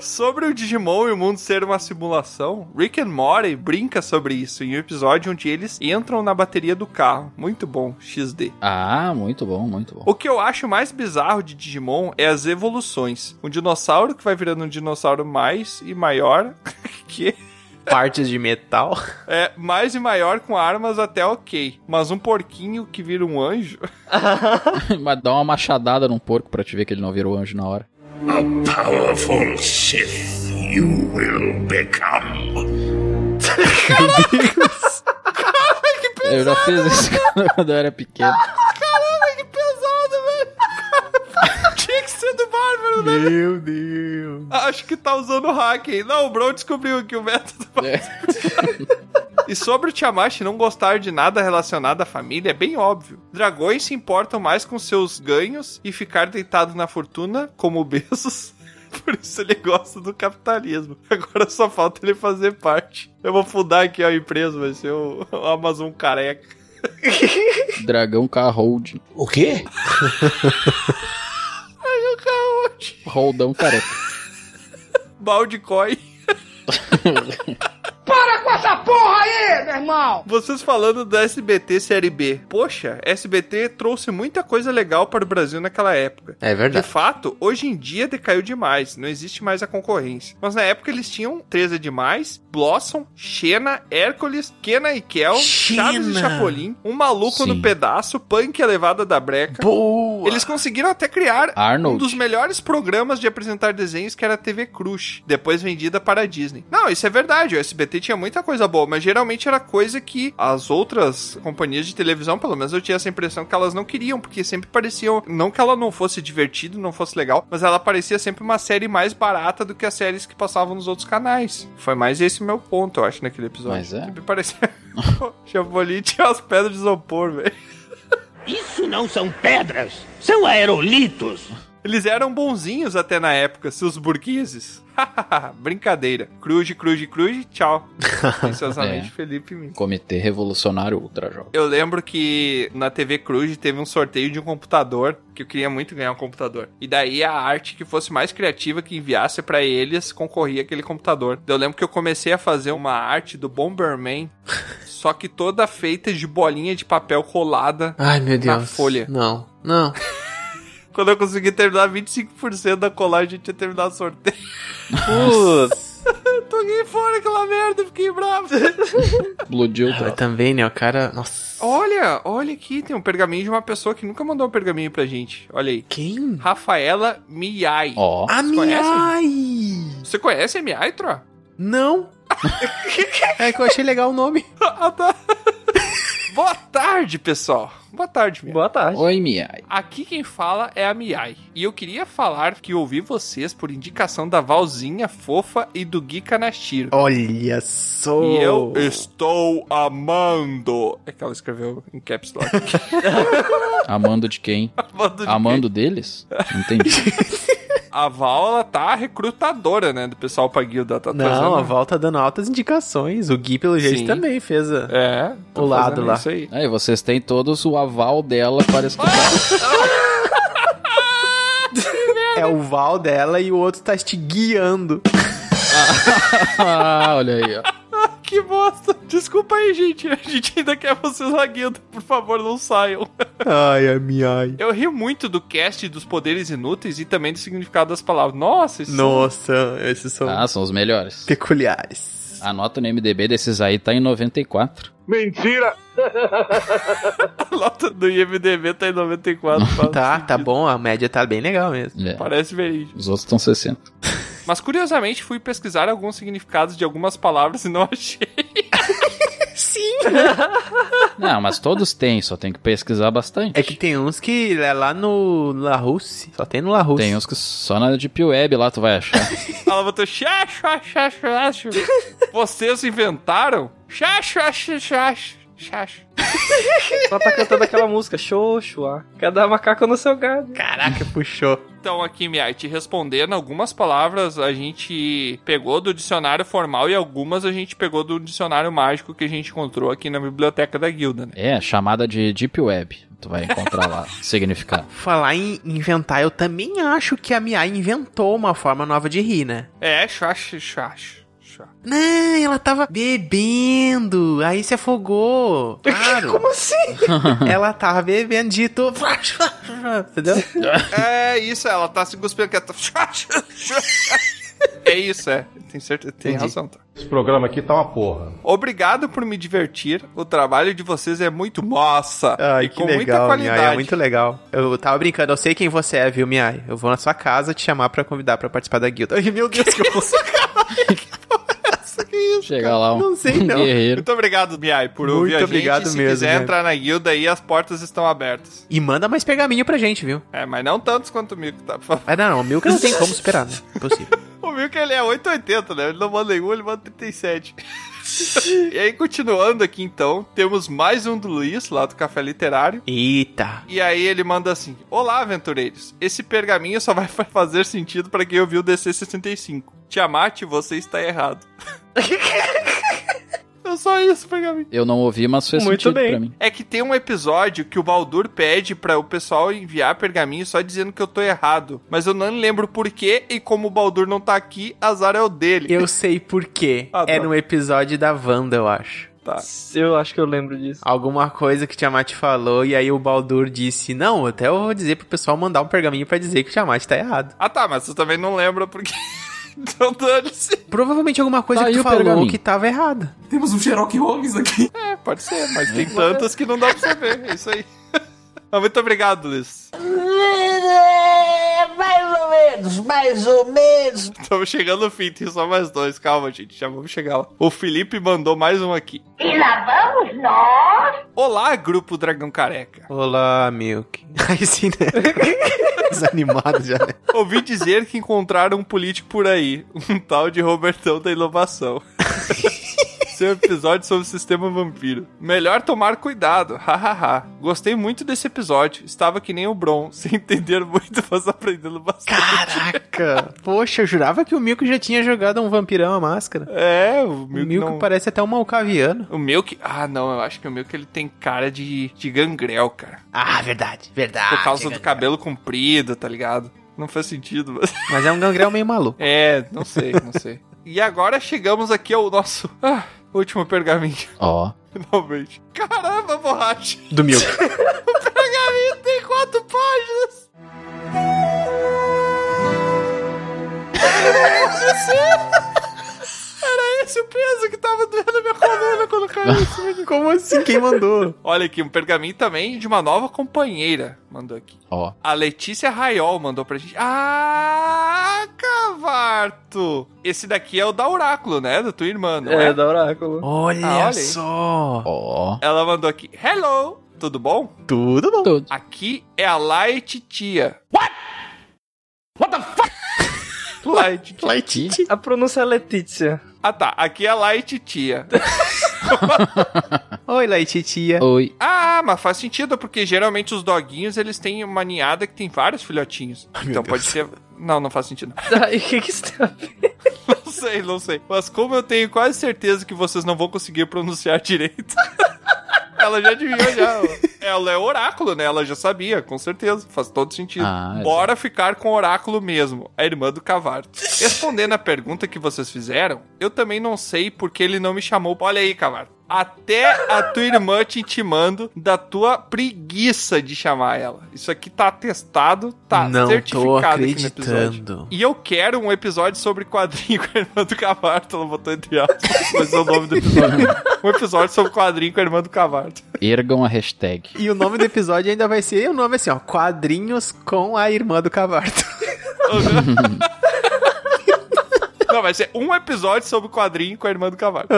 Speaker 2: Sobre o Digimon e o mundo ser uma simulação, Rick and Morty brinca sobre isso em um episódio onde eles entram na bateria do carro. Muito bom, XD.
Speaker 3: Ah, muito bom, muito bom. [laughs]
Speaker 2: O que eu acho mais bizarro de Digimon é as evoluções. Um dinossauro que vai virando um dinossauro mais e maior. [laughs] que
Speaker 1: Partes de metal.
Speaker 2: é mais e maior com armas até ok. Mas um porquinho que vira um anjo.
Speaker 3: Mas dá uma machadada num porco pra te ver que ele não virou anjo na hora.
Speaker 5: Powerful Sith you will become.
Speaker 3: Eu já fiz isso [laughs] quando eu era pequeno.
Speaker 2: Caramba, que pesado, velho! Tinha que ser do Bárbaro, né?
Speaker 1: Meu Deus.
Speaker 2: Acho que tá usando o hack aí. Não, o Bro descobriu que o método. [laughs] E sobre o Tiamat não gostar de nada relacionado à família, é bem óbvio. Dragões se importam mais com seus ganhos e ficar deitado na fortuna, como o Bezos, [laughs] Por isso ele gosta do capitalismo. Agora só falta ele fazer parte. Eu vou fundar aqui a empresa, vai ser o, o Amazon careca.
Speaker 3: Dragão K-Hold.
Speaker 11: O quê?
Speaker 3: Holdão careca.
Speaker 2: Um Balde coin.
Speaker 9: Para com essa porra aí, meu irmão!
Speaker 2: Vocês falando da SBT Série B. Poxa, SBT trouxe muita coisa legal para o Brasil naquela época.
Speaker 11: É
Speaker 2: De
Speaker 11: verdade.
Speaker 2: fato, hoje em dia decaiu demais, não existe mais a concorrência. Mas na época eles tinham 13 é demais, Blossom, Xena, Hércules, Kena e Kel,
Speaker 1: Xena!
Speaker 2: Chaves e Chapolin, Um Maluco no
Speaker 3: Sim.
Speaker 2: Pedaço, Punk e a Levada da Breca.
Speaker 1: Boa!
Speaker 2: Eles conseguiram até criar um
Speaker 3: Arnold.
Speaker 2: dos melhores programas de apresentar desenhos que era a TV Crush, depois vendida para a Disney. Não, isso é verdade, o SBT tinha muita coisa boa, mas geralmente era coisa que as outras companhias de televisão, pelo menos eu tinha essa impressão que elas não queriam, porque sempre pareciam, não que ela não fosse divertida, não fosse legal, mas ela parecia sempre uma série mais barata do que as séries que passavam nos outros canais. Foi mais esse meu ponto, eu acho, naquele episódio.
Speaker 3: Mas é?
Speaker 2: Sempre parecia... [laughs] Chapolin tinha as pedras de isopor, velho.
Speaker 10: Isso não são pedras, são aerolitos.
Speaker 2: Eles eram bonzinhos até na época, seus burgueses. [laughs] Brincadeira. Cruz, cruz, cruz, tchau. Atenciosamente,
Speaker 3: É.
Speaker 2: Felipe Mim.
Speaker 3: Comitê Revolucionário Ultra Jovem.
Speaker 2: Eu lembro que na TV Cruz teve um sorteio de um computador, que eu queria muito ganhar um computador. E daí a arte que fosse mais criativa que enviasse pra eles concorria aquele computador. Eu lembro que eu comecei a fazer uma arte do Bomberman, só que toda feita de bolinha de papel colada.
Speaker 1: Ai, meu Deus.
Speaker 2: folha.
Speaker 1: Não, não.
Speaker 2: Quando eu consegui terminar 25% da colagem, eu tinha terminado o sorteio.
Speaker 1: Putz.
Speaker 2: Toguei fora aquela merda, fiquei bravo.
Speaker 3: Explodiu
Speaker 1: Ah,
Speaker 3: o
Speaker 1: também, né? O cara. Nossa.
Speaker 2: olha, olha aqui, tem um pergaminho de uma pessoa que nunca mandou um pergaminho pra gente. Olha aí.
Speaker 1: Quem?
Speaker 2: Rafaela Miai.
Speaker 3: Ó.
Speaker 1: A
Speaker 2: conhecem?
Speaker 1: Miai!
Speaker 2: Você conhece a Miai, Tro?
Speaker 1: [laughs] Não! é que eu achei legal o nome.
Speaker 2: Ah, tá. [laughs] Boa tarde, pessoal. Boa tarde, Miai.
Speaker 4: Boa tarde.
Speaker 3: Oi, Miai.
Speaker 2: Aqui quem fala é a Miai. E eu queria falar que ouvi vocês por indicação da Valzinha Fofa e do Gui Kanashiro.
Speaker 1: Olha só!
Speaker 2: E eu estou amando. É que ela escreveu em caps lock.
Speaker 3: Amando de quem?
Speaker 2: Amando de
Speaker 3: Amando deles? Entendi.
Speaker 2: A Val, ela tá recrutadora, né? Do pessoal pra guilda. Tá
Speaker 1: Não,
Speaker 2: trazendo-
Speaker 1: a Val tá dando altas indicações. O Gui, pelo jeito,
Speaker 2: Sim.
Speaker 1: também fez a...
Speaker 2: É. tá
Speaker 1: O lado
Speaker 2: fazendo
Speaker 1: lá.
Speaker 2: Isso aí.
Speaker 3: Aí vocês têm todos o aval dela para escutar.
Speaker 1: É o Val dela e o outro tá te guiando.
Speaker 3: ah, olha aí, ó.
Speaker 2: Que bosta. Desculpa aí, gente. A gente ainda quer vocês na guilda. Por favor, não saiam.
Speaker 1: Ai, a Miai.
Speaker 2: Eu ri muito do cast dos poderes inúteis e também do significado das palavras. Nossa, isso...
Speaker 1: Nossa, esses são
Speaker 3: Ah, são os melhores.
Speaker 1: peculiares.
Speaker 3: A nota no MDB desses aí tá em 94.
Speaker 10: Mentira!
Speaker 2: a nota do IMDB tá em 94. faz
Speaker 1: Tá, tá
Speaker 2: sentido.
Speaker 1: bom, a média tá bem legal mesmo.
Speaker 3: É.
Speaker 2: [laughs] Parece verídico.
Speaker 3: Os outros estão 60.
Speaker 2: Mas curiosamente fui pesquisar alguns significados de algumas palavras e não achei.
Speaker 1: Sim!
Speaker 3: Não, mas todos têm, só tem que pesquisar bastante.
Speaker 1: É que tem uns que é lá no La Russe, só tem no La Russe.
Speaker 2: um.
Speaker 3: Tem uns que só na Deep Web lá tu vai achar.
Speaker 2: Ela botou chacho, chacho, chacho. Vocês inventaram? Chacho, chacho, chacho. Chacho.
Speaker 4: Ela tá cantando aquela música, xoxua. Cada macaco no seu galho.
Speaker 1: Caraca, puxou.
Speaker 2: Então, aqui, Miai, te respondendo, algumas palavras a gente pegou do dicionário formal e algumas a gente pegou do dicionário mágico que a gente encontrou aqui na biblioteca da guilda, né?
Speaker 3: É, chamada de Deep Web. Tu vai encontrar lá o significado.
Speaker 1: Falar em inventar, eu também acho que a Miai inventou uma forma nova de rir, né?
Speaker 2: É, chacho, chacho. chacho.
Speaker 1: Não, ela tava bebendo, aí se afogou. Claro. Como assim? [laughs] ela tava bebendo, dito. [laughs] Entendeu?
Speaker 2: É isso, ela tá se cuspindo que ela tá...
Speaker 1: [laughs]
Speaker 2: chacho, chacho. É isso, é. Tem certeza, tem
Speaker 1: Entendi.
Speaker 2: razão, tá?
Speaker 10: Esse programa aqui tá uma porra.
Speaker 2: Obrigado por me divertir. O trabalho de vocês é muito massa.
Speaker 1: Ai,
Speaker 2: e
Speaker 1: que
Speaker 2: com muita
Speaker 1: legal,
Speaker 2: qualidade.
Speaker 1: Miai, é muito legal. Eu tava brincando, eu sei quem você é, viu, Miai? Eu vou na sua casa te chamar pra convidar pra participar da guilda. Ai, meu Deus, que eu consigo.
Speaker 3: Chega lá um,
Speaker 1: Não sei,
Speaker 3: um
Speaker 1: não.
Speaker 3: guerreiro.
Speaker 2: Muito obrigado, Miai, por
Speaker 1: Muito
Speaker 2: ouvir a gente.
Speaker 1: obrigado
Speaker 2: Se
Speaker 1: mesmo,
Speaker 2: quiser
Speaker 1: gente.
Speaker 2: entrar na guilda aí, as portas estão abertas.
Speaker 1: E manda mais pergaminho pra gente, viu?
Speaker 2: É, mas não tantos quanto o Mico, tá? [laughs] Por favor.
Speaker 1: Mas não, o Milka não tem como superar, né? Impossível.
Speaker 2: um, O Mico, ele é 880, né? Ele não manda nenhum, ele manda 37. [laughs] E aí, continuando aqui então, temos mais um do Luiz, lá do Café Literário.
Speaker 1: Eita.
Speaker 2: E aí ele manda assim: Olá, aventureiros. Esse pergaminho só vai [laughs] fa- fazer sentido pra quem ouviu o DC65. Tiamat, você está errado. é só isso, pergaminho.
Speaker 3: Eu não ouvi, mas fez
Speaker 4: Muito
Speaker 3: sentido
Speaker 4: bem.
Speaker 3: pra mim.
Speaker 2: É que tem um episódio que o Baldur pede pra o pessoal enviar pergaminho só dizendo que eu tô errado. Mas eu não lembro por quê e como o Baldur não tá aqui, azar é o dele.
Speaker 1: Eu sei por quê.
Speaker 2: Ah,
Speaker 1: é
Speaker 2: tá.
Speaker 1: num episódio da Wanda, eu acho.
Speaker 2: Tá.
Speaker 4: Eu acho que eu lembro disso.
Speaker 1: Alguma coisa que Tiamat falou e aí o Baldur disse: Não, até eu vou dizer pro pessoal mandar um pergaminho pra dizer que o Tiamat tá errado.
Speaker 2: Ah tá, mas tu também não lembra por quê. [laughs] Então dane-se.
Speaker 1: Provavelmente alguma coisa
Speaker 3: Tá
Speaker 1: que
Speaker 3: aí
Speaker 1: tu
Speaker 3: o
Speaker 1: falou
Speaker 3: pergaminho.
Speaker 1: que tava errada.
Speaker 11: Temos um Sherlock Holmes aqui.
Speaker 2: É, pode ser, mas tem tantas que não dá pra saber. É isso aí. [laughs] Mas Muito obrigado, Luiz.
Speaker 9: É, Mais ou menos, mais ou menos.
Speaker 2: Estamos chegando no fim, tem só mais dois. Calma, gente, já vamos chegar lá. O Felipe mandou mais um aqui.
Speaker 9: E lá vamos nós.
Speaker 2: Olá, grupo Dragão Careca.
Speaker 1: Olá, Milk. [laughs] Aí sim, né? [laughs] Desanimado já, né?
Speaker 2: Ouvi dizer que encontraram um político por aí, um tal de Robertão da Inovação. Seu episódio sobre o sistema vampiro. Melhor tomar cuidado, hahaha. Gostei muito desse episódio. Estava que nem o Bron, [laughs] sem entender muito, mas aprendendo bastante.
Speaker 1: Caraca! Poxa, eu jurava que o Milk já tinha jogado um vampirão à máscara.
Speaker 2: É, o
Speaker 1: O Milk,
Speaker 2: Milk, não-
Speaker 1: parece até um malcaviano.
Speaker 2: O Milk... Ah, não, eu acho que o Milk ele tem cara de, de gangrel, cara.
Speaker 1: Ah, verdade, verdade.
Speaker 2: Por causa do cabelo comprido, tá ligado? Não faz sentido, mas... [laughs]
Speaker 1: Mas é um gangrel meio maluco.
Speaker 2: É, não sei, não sei. E agora chegamos aqui ao nosso ah, último pergaminho,
Speaker 3: Ó.
Speaker 2: finalmente. Caramba, borracha!
Speaker 1: Do Milk.
Speaker 2: [laughs] O pergaminho tem quatro páginas! Não pode ser. Era esse o peso que tava doendo a minha coluna quando caiu isso.
Speaker 1: Como assim? Quem mandou?
Speaker 2: Olha aqui, um pergaminho também de uma nova companheira. Mandou aqui.
Speaker 3: Ó.
Speaker 2: A Letícia Raiol mandou pra gente. Ah, Cavarto! Esse daqui é o da Oráculo, né? Da tua irmã, não é?
Speaker 4: É, da Oráculo.
Speaker 1: Olha,
Speaker 2: Ah, olha aí.
Speaker 1: só.
Speaker 3: Ó.
Speaker 2: Ela mandou aqui. Hello! Tudo bom?
Speaker 1: Tudo bom.
Speaker 3: Tudo.
Speaker 2: Aqui é a Light Tia.
Speaker 10: What the fuck?
Speaker 2: Light Tia.
Speaker 3: Light.
Speaker 4: A pronúncia é Letícia.
Speaker 2: Ah tá, aqui é a Light Tia.
Speaker 1: Oi,
Speaker 4: [laughs]
Speaker 1: Laetitia.
Speaker 3: Oi.
Speaker 2: Ah, mas faz sentido, porque geralmente os doguinhos, eles têm uma ninhada que tem vários filhotinhos. então pode ser... Não, não faz sentido.
Speaker 4: Tá, e o que que isso tem a ver?
Speaker 2: [laughs] Não sei, não sei. Mas como eu tenho quase certeza que vocês não vão conseguir pronunciar direito. [laughs] Ela já adivinhou já. Ela é oráculo, né? Ela já sabia, com certeza. Faz todo sentido.
Speaker 3: Ah,
Speaker 1: é
Speaker 2: Bora ficar com o oráculo mesmo, a irmã do Cavarto. Respondendo a pergunta que vocês fizeram, eu também não sei porque ele não me chamou. Olha aí, Cavarto. Até a tua irmã te intimando da tua preguiça de chamar ela. Isso aqui tá atestado, tá
Speaker 1: Não tô
Speaker 2: certificado aqui no episódio.
Speaker 1: acreditando.
Speaker 2: E eu quero um episódio sobre quadrinho com a irmã do Cavarto. Ela botou entre aspas, mas é o nome do episódio. Um episódio sobre quadrinho com a irmã do Cavarto.
Speaker 3: Ergam a hashtag.
Speaker 1: E o nome do episódio ainda vai ser, o nome é assim, ó, Quadrinhos com a Irmã do Cavarto.
Speaker 2: Não, vai ser um episódio sobre quadrinho com a irmã do Cavarto.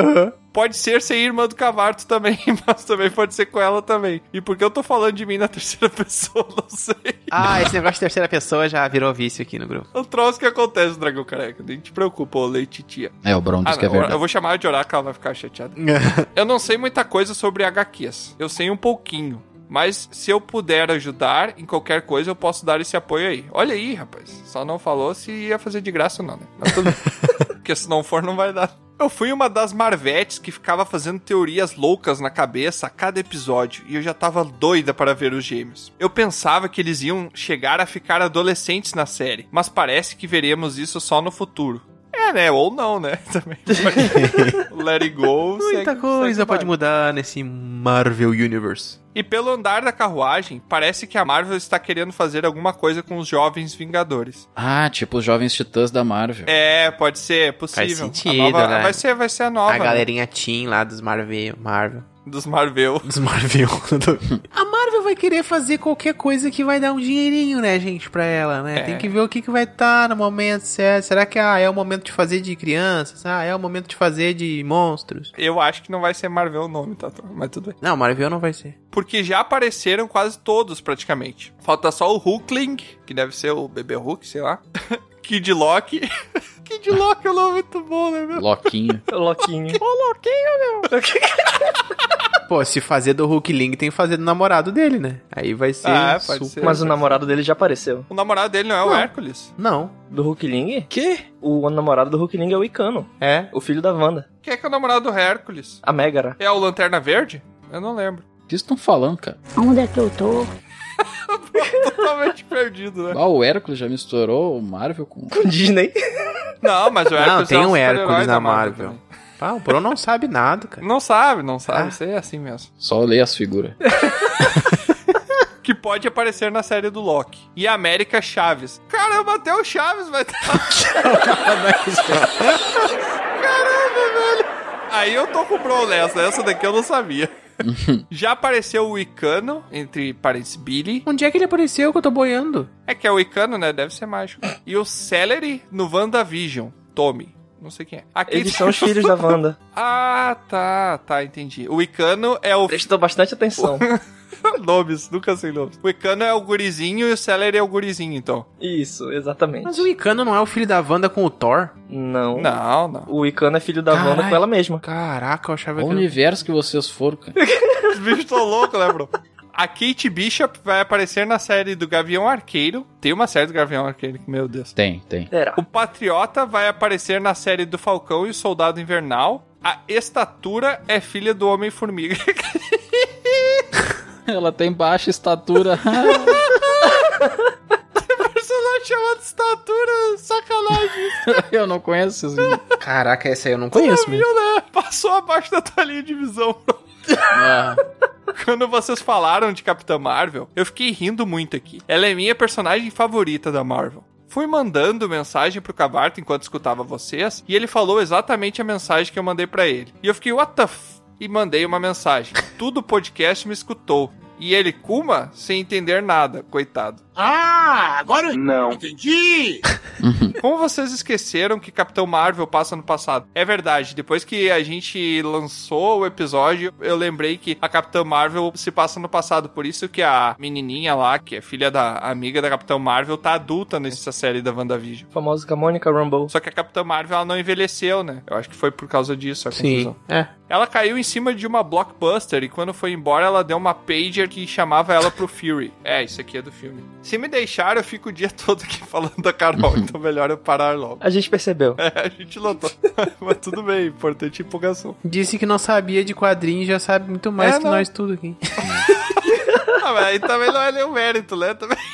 Speaker 2: Pode ser sem irmã do Cavarto também, [laughs] mas também pode ser com ela também. E por que eu tô falando de mim na terceira pessoa, [laughs] não sei.
Speaker 1: [laughs] Ah, esse negócio de terceira pessoa já virou vício aqui no [laughs] grupo.
Speaker 2: É um troço que acontece no Dragão Careca. Nem te preocupa, ô Leititia.
Speaker 3: É, o Brown
Speaker 2: Ah,
Speaker 3: disse que é
Speaker 2: não, eu
Speaker 3: verdade.
Speaker 2: vou chamar ela de Oracle, ela vai ficar chateada. Eu não sei muita coisa sobre HQs. Eu sei um pouquinho. Mas se eu puder ajudar em qualquer coisa, eu posso dar esse apoio aí. Olha aí, rapaz. Só não falou se ia fazer de graça ou não, né? Mas tudo bem. Porque se não for, não vai dar. Eu fui uma das marvetes que ficava fazendo teorias loucas na cabeça a cada episódio e eu já tava doida para ver os gêmeos. Eu pensava que eles iam chegar a ficar adolescentes na série, mas parece que veremos isso só no futuro. É, né? Ou não, né? [laughs] Também.
Speaker 1: [laughs]
Speaker 2: Let it go.
Speaker 1: Muita
Speaker 2: segue- segue
Speaker 1: coisa
Speaker 2: o
Speaker 1: pode
Speaker 2: baile.
Speaker 1: mudar nesse Marvel Universe.
Speaker 2: E pelo andar da carruagem, parece que a Marvel está querendo fazer alguma coisa com os jovens Vingadores.
Speaker 3: Ah, tipo os jovens titãs da Marvel.
Speaker 2: É, pode ser, é possível.
Speaker 1: Faz sentido,
Speaker 2: a nova,
Speaker 1: né?
Speaker 2: Vai ser, vai ser a nova.
Speaker 1: a
Speaker 2: né?
Speaker 1: galerinha Team lá dos Marvel, Marvel.
Speaker 2: dos Marvel.
Speaker 1: Dos [laughs] Marvel. a Marvel vai querer fazer qualquer coisa que vai dar um dinheirinho, né, gente, pra ela, né?
Speaker 2: É.
Speaker 1: Tem que ver o que, que vai estar no momento certo. Será que ah, é o momento de fazer de crianças? Ah, é o momento de fazer de monstros?
Speaker 2: Eu acho que não vai ser Marvel o nome, tá? tá, Mas tudo bem.
Speaker 1: Não, Marvel não vai ser.
Speaker 2: Porque já apareceram quase todos, praticamente. [laughs] Falta só o Hulkling, que deve ser o bebê Hulk, sei lá. Kid Loki, Kid Loki é um nome muito bom, né, meu? [laughs]
Speaker 3: Loquinho.
Speaker 4: Loquinho.
Speaker 2: Ô, Loquinho, meu!
Speaker 1: Pô, se fazer do Hulk Link, tem que fazer do namorado dele, né? Aí vai ser.
Speaker 2: Ah, pode
Speaker 1: super-
Speaker 2: ser.
Speaker 4: Mas o namorado dele já apareceu.
Speaker 2: O namorado dele não é o
Speaker 1: Não.
Speaker 2: Hércules.
Speaker 1: Não.
Speaker 4: Do Hulkling?
Speaker 2: Que?
Speaker 4: O namorado do Hulkling é o Icano,
Speaker 1: É.
Speaker 4: o filho da Wanda.
Speaker 2: Quem é que é o namorado do Hércules?
Speaker 4: A Megara. [laughs]
Speaker 2: É o Lanterna Verde? Eu não lembro. [laughs]
Speaker 3: O que vocês estão falando, cara?
Speaker 9: Onde é que eu tô?
Speaker 2: Totalmente perdido, né?
Speaker 3: Ah, o Hércules já misturou o Marvel com.
Speaker 4: Com Disney.
Speaker 2: Não, mas o Hércules
Speaker 1: tem
Speaker 2: é
Speaker 1: um
Speaker 2: super-herói
Speaker 1: Hércules
Speaker 2: da
Speaker 1: na Marvel.
Speaker 2: também.
Speaker 1: Pá, o Pro não sabe nada, cara.
Speaker 2: Não sabe, não sabe.
Speaker 1: Ah.
Speaker 2: Isso aí é assim mesmo.
Speaker 3: Só ler as figuras.
Speaker 2: É, Que pode aparecer na série do Loki. E a América Chaves. Caramba, até o Chaves vai tá-
Speaker 4: [laughs]
Speaker 2: estar. Caramba, velho. Aí eu tô com o Bro nessa. Essa daqui eu não
Speaker 4: [laughs]
Speaker 2: sabia. Já apareceu o Icano, entre parênteses,
Speaker 1: [laughs]
Speaker 2: Billy.
Speaker 1: Onde é que ele apareceu que eu tô boiando?
Speaker 2: É que é o Icano, né? Deve ser mágico. E o Celery no WandaVision. Tommy. Não sei quem é. Aqui
Speaker 4: Eles são os filhos da Wanda.
Speaker 2: Ah, tá, tá, entendi. O Icano é o.
Speaker 4: Prestou bastante atenção.
Speaker 2: [laughs] nomes, nunca sei nomes. O Icano é o gurizinho e o Celery é o gurizinho, então.
Speaker 4: Isso, exatamente.
Speaker 1: Mas o Icano não é o filho da Wanda com o Thor?
Speaker 4: Não.
Speaker 2: Não, não.
Speaker 4: O Icano é filho da
Speaker 1: Caralho.
Speaker 4: Wanda com ela mesma.
Speaker 1: Caraca, eu achava
Speaker 3: O
Speaker 1: que. ele-
Speaker 3: universo que vocês
Speaker 2: [laughs]
Speaker 3: foram, cara.
Speaker 2: [laughs] Os bichos tão loucos, né, bro? A Kate Bishop vai aparecer na série do Gavião Arqueiro. Tem uma série do Gavião Arqueiro, que, meu Deus.
Speaker 3: Tem, tem.
Speaker 4: Será?
Speaker 2: O Patriota vai aparecer na série do Falcão e o Soldado Invernal. A Estatura é filha do Homem-Formiga. [laughs]
Speaker 3: Ela tem baixa estatura. [laughs]
Speaker 2: personagem chamado Estatura, sacanagem.
Speaker 3: Eu não conheço. Assim.
Speaker 1: Caraca, essa aí eu não conheço, mesmo.
Speaker 2: [laughs] Passou abaixo da tua linha de visão, bro.
Speaker 3: Ah,
Speaker 2: [laughs] Quando vocês falaram de Capitã Marvel, eu fiquei rindo muito aqui. Ela é minha personagem favorita da Marvel. Fui mandando mensagem pro Cavarto enquanto escutava vocês, e ele falou exatamente a mensagem que eu mandei pra ele. E eu fiquei, what the f... E mandei uma mensagem. Tudo podcast me escutou. E ele, Kuma, sem entender nada, coitado.
Speaker 5: Ah, agora eu não entendi.
Speaker 2: Como vocês esqueceram que Capitão Marvel passa no passado? É verdade, depois que a gente lançou o episódio, eu lembrei que a Capitã Marvel se passa no passado. Por isso que a menininha lá, que é filha da amiga da Capitão Marvel, tá adulta nessa série da WandaVision.
Speaker 4: O famoso com a Mônica Rumble.
Speaker 2: Só que a Capitã Marvel ela não envelheceu, né? Eu acho que foi por causa disso a
Speaker 1: Sim.
Speaker 2: confusão.
Speaker 1: É.
Speaker 2: Ela caiu em cima de uma blockbuster e quando foi embora ela deu uma pager que chamava ela pro Fury. É, isso aqui é do filme. Se me deixar, eu fico o dia [laughs] todo aqui falando da Carol, então melhor eu parar logo.
Speaker 4: A gente percebeu.
Speaker 2: É, [laughs] a gente lotou. Mas tudo bem, importante é empolgação.
Speaker 1: Disse que não sabia de quadrinho e já sabe muito mais
Speaker 2: É,
Speaker 1: que
Speaker 2: não.
Speaker 1: nós tudo aqui.
Speaker 2: Ah, mas aí também não é nenhum mérito, né? Também... [laughs]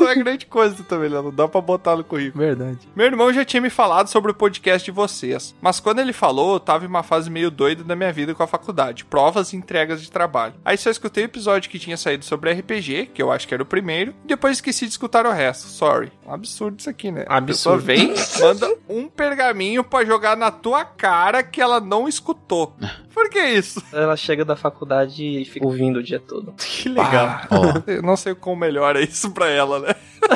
Speaker 2: Não é grande coisa também, né? Não dá pra botar no currículo.
Speaker 1: Verdade.
Speaker 2: Meu irmão já tinha me falado sobre o podcast de vocês, mas quando ele falou, eu tava em uma fase meio doida da minha vida com a faculdade, provas e entregas de trabalho. Aí só escutei o episódio que tinha saído sobre RPG, que eu acho que era o primeiro, e depois esqueci de escutar o resto. Sorry. Um absurdo isso aqui, né? A pessoa
Speaker 1: Absurdo.
Speaker 2: vem, manda um pergaminho pra jogar na tua cara que ela não escutou. Por que isso?
Speaker 4: Ela chega da faculdade e fica ouvindo o dia todo.
Speaker 2: Que legal. [laughs] eu não sei como melhora isso pra ela, né?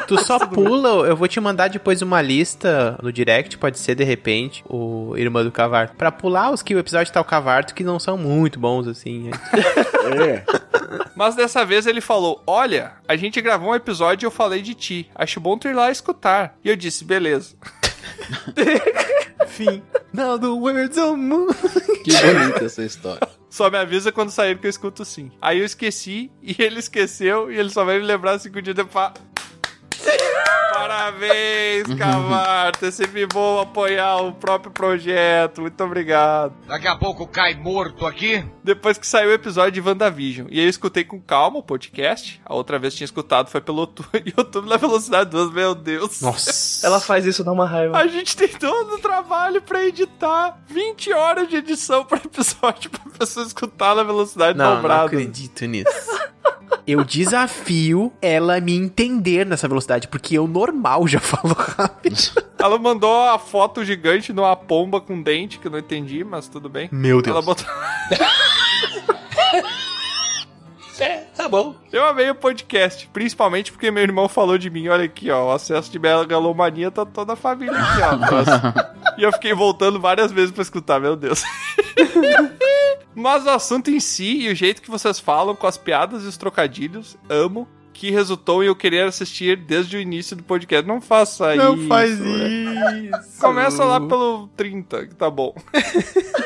Speaker 1: Tu só pula, eu vou te mandar depois uma lista no direct, pode ser de repente, o Irmã do Cavarto. Pra pular os que o episódio tá o Cavarto, que não são muito bons, assim.
Speaker 2: Mas dessa vez ele falou: Olha, a gente gravou um episódio e eu falei de ti. Acho bom tu ir lá escutar. E eu disse: Beleza. [laughs]
Speaker 1: Enfim. [laughs] Now the words are moon.
Speaker 3: que bonita essa história.
Speaker 2: Só me avisa quando sair que eu escuto sim. Aí eu esqueci e [laughs] ele esqueceu e ele só vai me lembrar cinco dias depois. [laughs] Parabéns, Cavarto. É sempre bom apoiar o próprio projeto. Muito obrigado.
Speaker 5: Daqui a pouco cai morto aqui.
Speaker 2: Depois que saiu o episódio de WandaVision. E aí eu escutei com calma o podcast. A outra vez tinha escutado foi pelo tu- [laughs] YouTube na velocidade 2. Meu Deus.
Speaker 1: Nossa.
Speaker 4: Ela faz isso, dá uma raiva.
Speaker 2: A gente tem todo o trabalho pra editar 20 horas de edição por episódio pra pessoa escutar na velocidade
Speaker 1: não, não
Speaker 2: dobrada.
Speaker 1: acredito nisso. Eu desafio ela me entender nessa velocidade, porque eu normal já falo rápido.
Speaker 2: Ela mandou a foto gigante numa pomba com dente, que eu não entendi, mas tudo bem.
Speaker 1: Meu Deus.
Speaker 2: Ela botou.
Speaker 10: [laughs] É, tá bom.
Speaker 2: Eu amei o podcast, principalmente porque meu irmão falou de mim. Olha aqui, ó. O acesso de megalomania tá toda a família aqui, ó. E eu fiquei voltando várias vezes pra escutar, meu Deus.
Speaker 1: [laughs]
Speaker 2: Mas o assunto em si e o jeito que vocês falam com as piadas e os trocadilhos, amo. que resultou em eu querer assistir desde o início do podcast. Não faça
Speaker 1: Não
Speaker 2: isso.
Speaker 1: faz é.
Speaker 2: né? Começa lá pelo 30, que tá bom.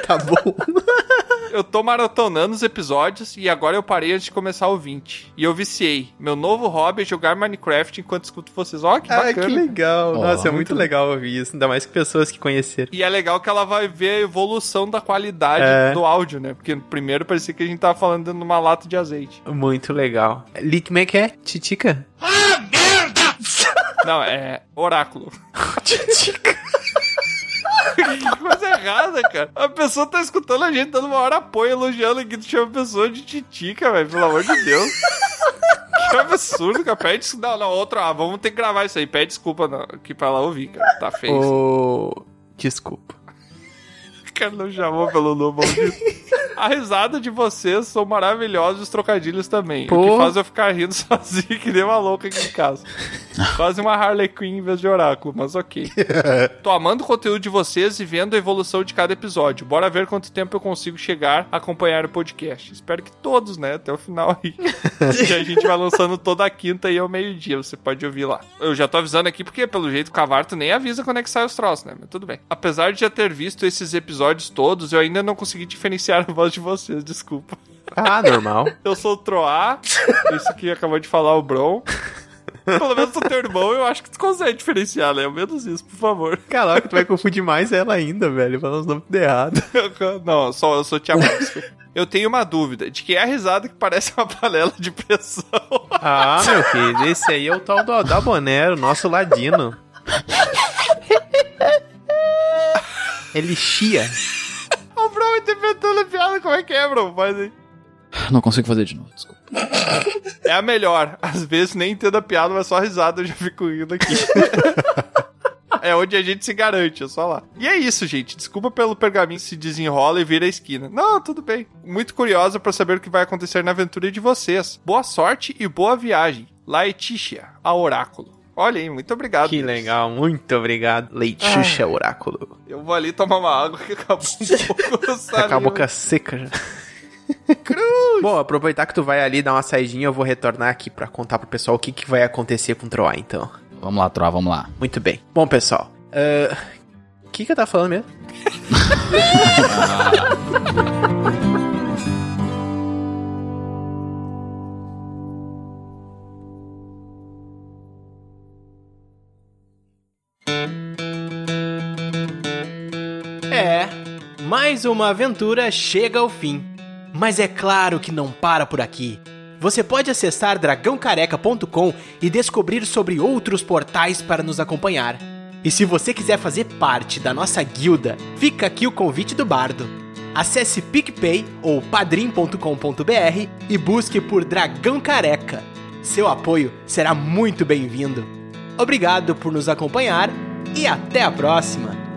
Speaker 1: tá [laughs] bom.
Speaker 2: Eu tô maratonando os episódios e agora eu parei antes de começar o 20. E eu viciei. Meu novo hobby é jogar Minecraft enquanto escuto vocês. Ó, que
Speaker 1: Ah,
Speaker 2: bacana.
Speaker 1: que legal.
Speaker 3: Ó,
Speaker 1: Nossa, é
Speaker 3: muito
Speaker 1: muito legal ouvir isso. Ainda mais que pessoas que conheceram.
Speaker 2: E é legal que ela vai ver a evolução da qualidade
Speaker 1: É.
Speaker 2: do áudio, né? Porque primeiro parecia que a gente tava falando dentro de uma lata de azeite.
Speaker 1: Muito legal. Li, como é que é? Titica?
Speaker 2: Não, é oráculo.
Speaker 1: Titica.
Speaker 2: Que coisa errada, cara. A pessoa tá escutando a gente dando uma hora apoio, elogiando aqui, tu chama a pessoa de titica, velho. Pelo amor de Deus. Que absurdo, cara. Pede des- Não, não, outra. Ah, vamos ter que gravar isso aí. Pede desculpa não, aqui pra ela ouvir, cara. Tá
Speaker 1: É
Speaker 2: feio. isso.
Speaker 1: Ô, Desculpa.
Speaker 2: O cara não chamou pelo nome maldito. A risada de vocês são maravilhosos, os trocadilhos também. O que
Speaker 1: Pô.
Speaker 2: faz eu ficar rindo [laughs] sozinho, que nem uma louca aqui
Speaker 1: [laughs]
Speaker 2: em casa. Quase uma Harley Quinn em vez de oráculo, mas ok. Tô amando o conteúdo de vocês e vendo a evolução de cada episódio. Bora ver quanto tempo eu consigo chegar a acompanhar o podcast. Espero que todos, né? Até o final aí. que a gente vai lançando toda quinta e ao meio-dia. Você pode ouvir lá. Eu já tô avisando aqui porque, pelo jeito, o Cavarto nem avisa quando é que sai os troços, né? Mas tudo bem. Apesar de já ter visto esses episódios todos, eu ainda não consegui diferenciar a voz de vocês, desculpa.
Speaker 1: Ah, normal.
Speaker 2: Eu sou o Troá, isso que acabou de falar o Bron. Pelo menos o teu irmão, eu acho que tu consegue diferenciar, né? Ao menos isso, por favor.
Speaker 1: [laughs] Caraca, tu vai confundir mais ela ainda, velho. Falando os nomes tudo errado.
Speaker 2: [laughs] Não, só eu sou Tia Márcia. Eu tenho uma dúvida, de que é a risada que parece uma panela de pressão. [laughs]
Speaker 1: Ah, meu filho, esse aí é o tal do Aldabonero, nosso ladino. Ele chia.
Speaker 2: O Bron interpretando a piada, como é que é, Bron? Faz aí.
Speaker 3: [laughs] Não consigo fazer de novo, desculpa.
Speaker 2: É a melhor. Às vezes nem entendo a piada, mas só a risada eu já fico rindo aqui. [laughs] É onde a gente se garante, é só lá. E é isso, gente. Desculpa pelo pergaminho que se desenrola e vira a esquina. Não, tudo bem. Muito curiosa pra saber o que vai acontecer na aventura de vocês. Boa sorte e boa viagem. Laetitia, a oráculo. Olha aí, muito obrigado.
Speaker 1: Que legal, muito obrigado. Leituxa Oráculo.
Speaker 2: Eu vou ali tomar uma água que acabou um pouco.
Speaker 1: Tá com a
Speaker 2: saliva.
Speaker 1: boca seca já. Bom, aproveitar que tu vai ali dar uma saidinha, eu vou retornar aqui pra contar pro pessoal o que, que vai acontecer com o Troá, então.
Speaker 3: Vamos lá, Troá, vamos lá.
Speaker 1: Muito bem. Bom, pessoal. ah, O que que eu tava falando mesmo? É, mais uma aventura chega ao fim. Mas é claro que não para por aqui. Você pode acessar dragãocareca.com e descobrir sobre outros portais para nos acompanhar. E se você quiser fazer parte da nossa guilda, fica aqui o convite do bardo. Acesse PicPay ou padrim.com.br e busque por Dragão Careca. Seu apoio será muito bem-vindo. Obrigado por nos acompanhar e até a próxima!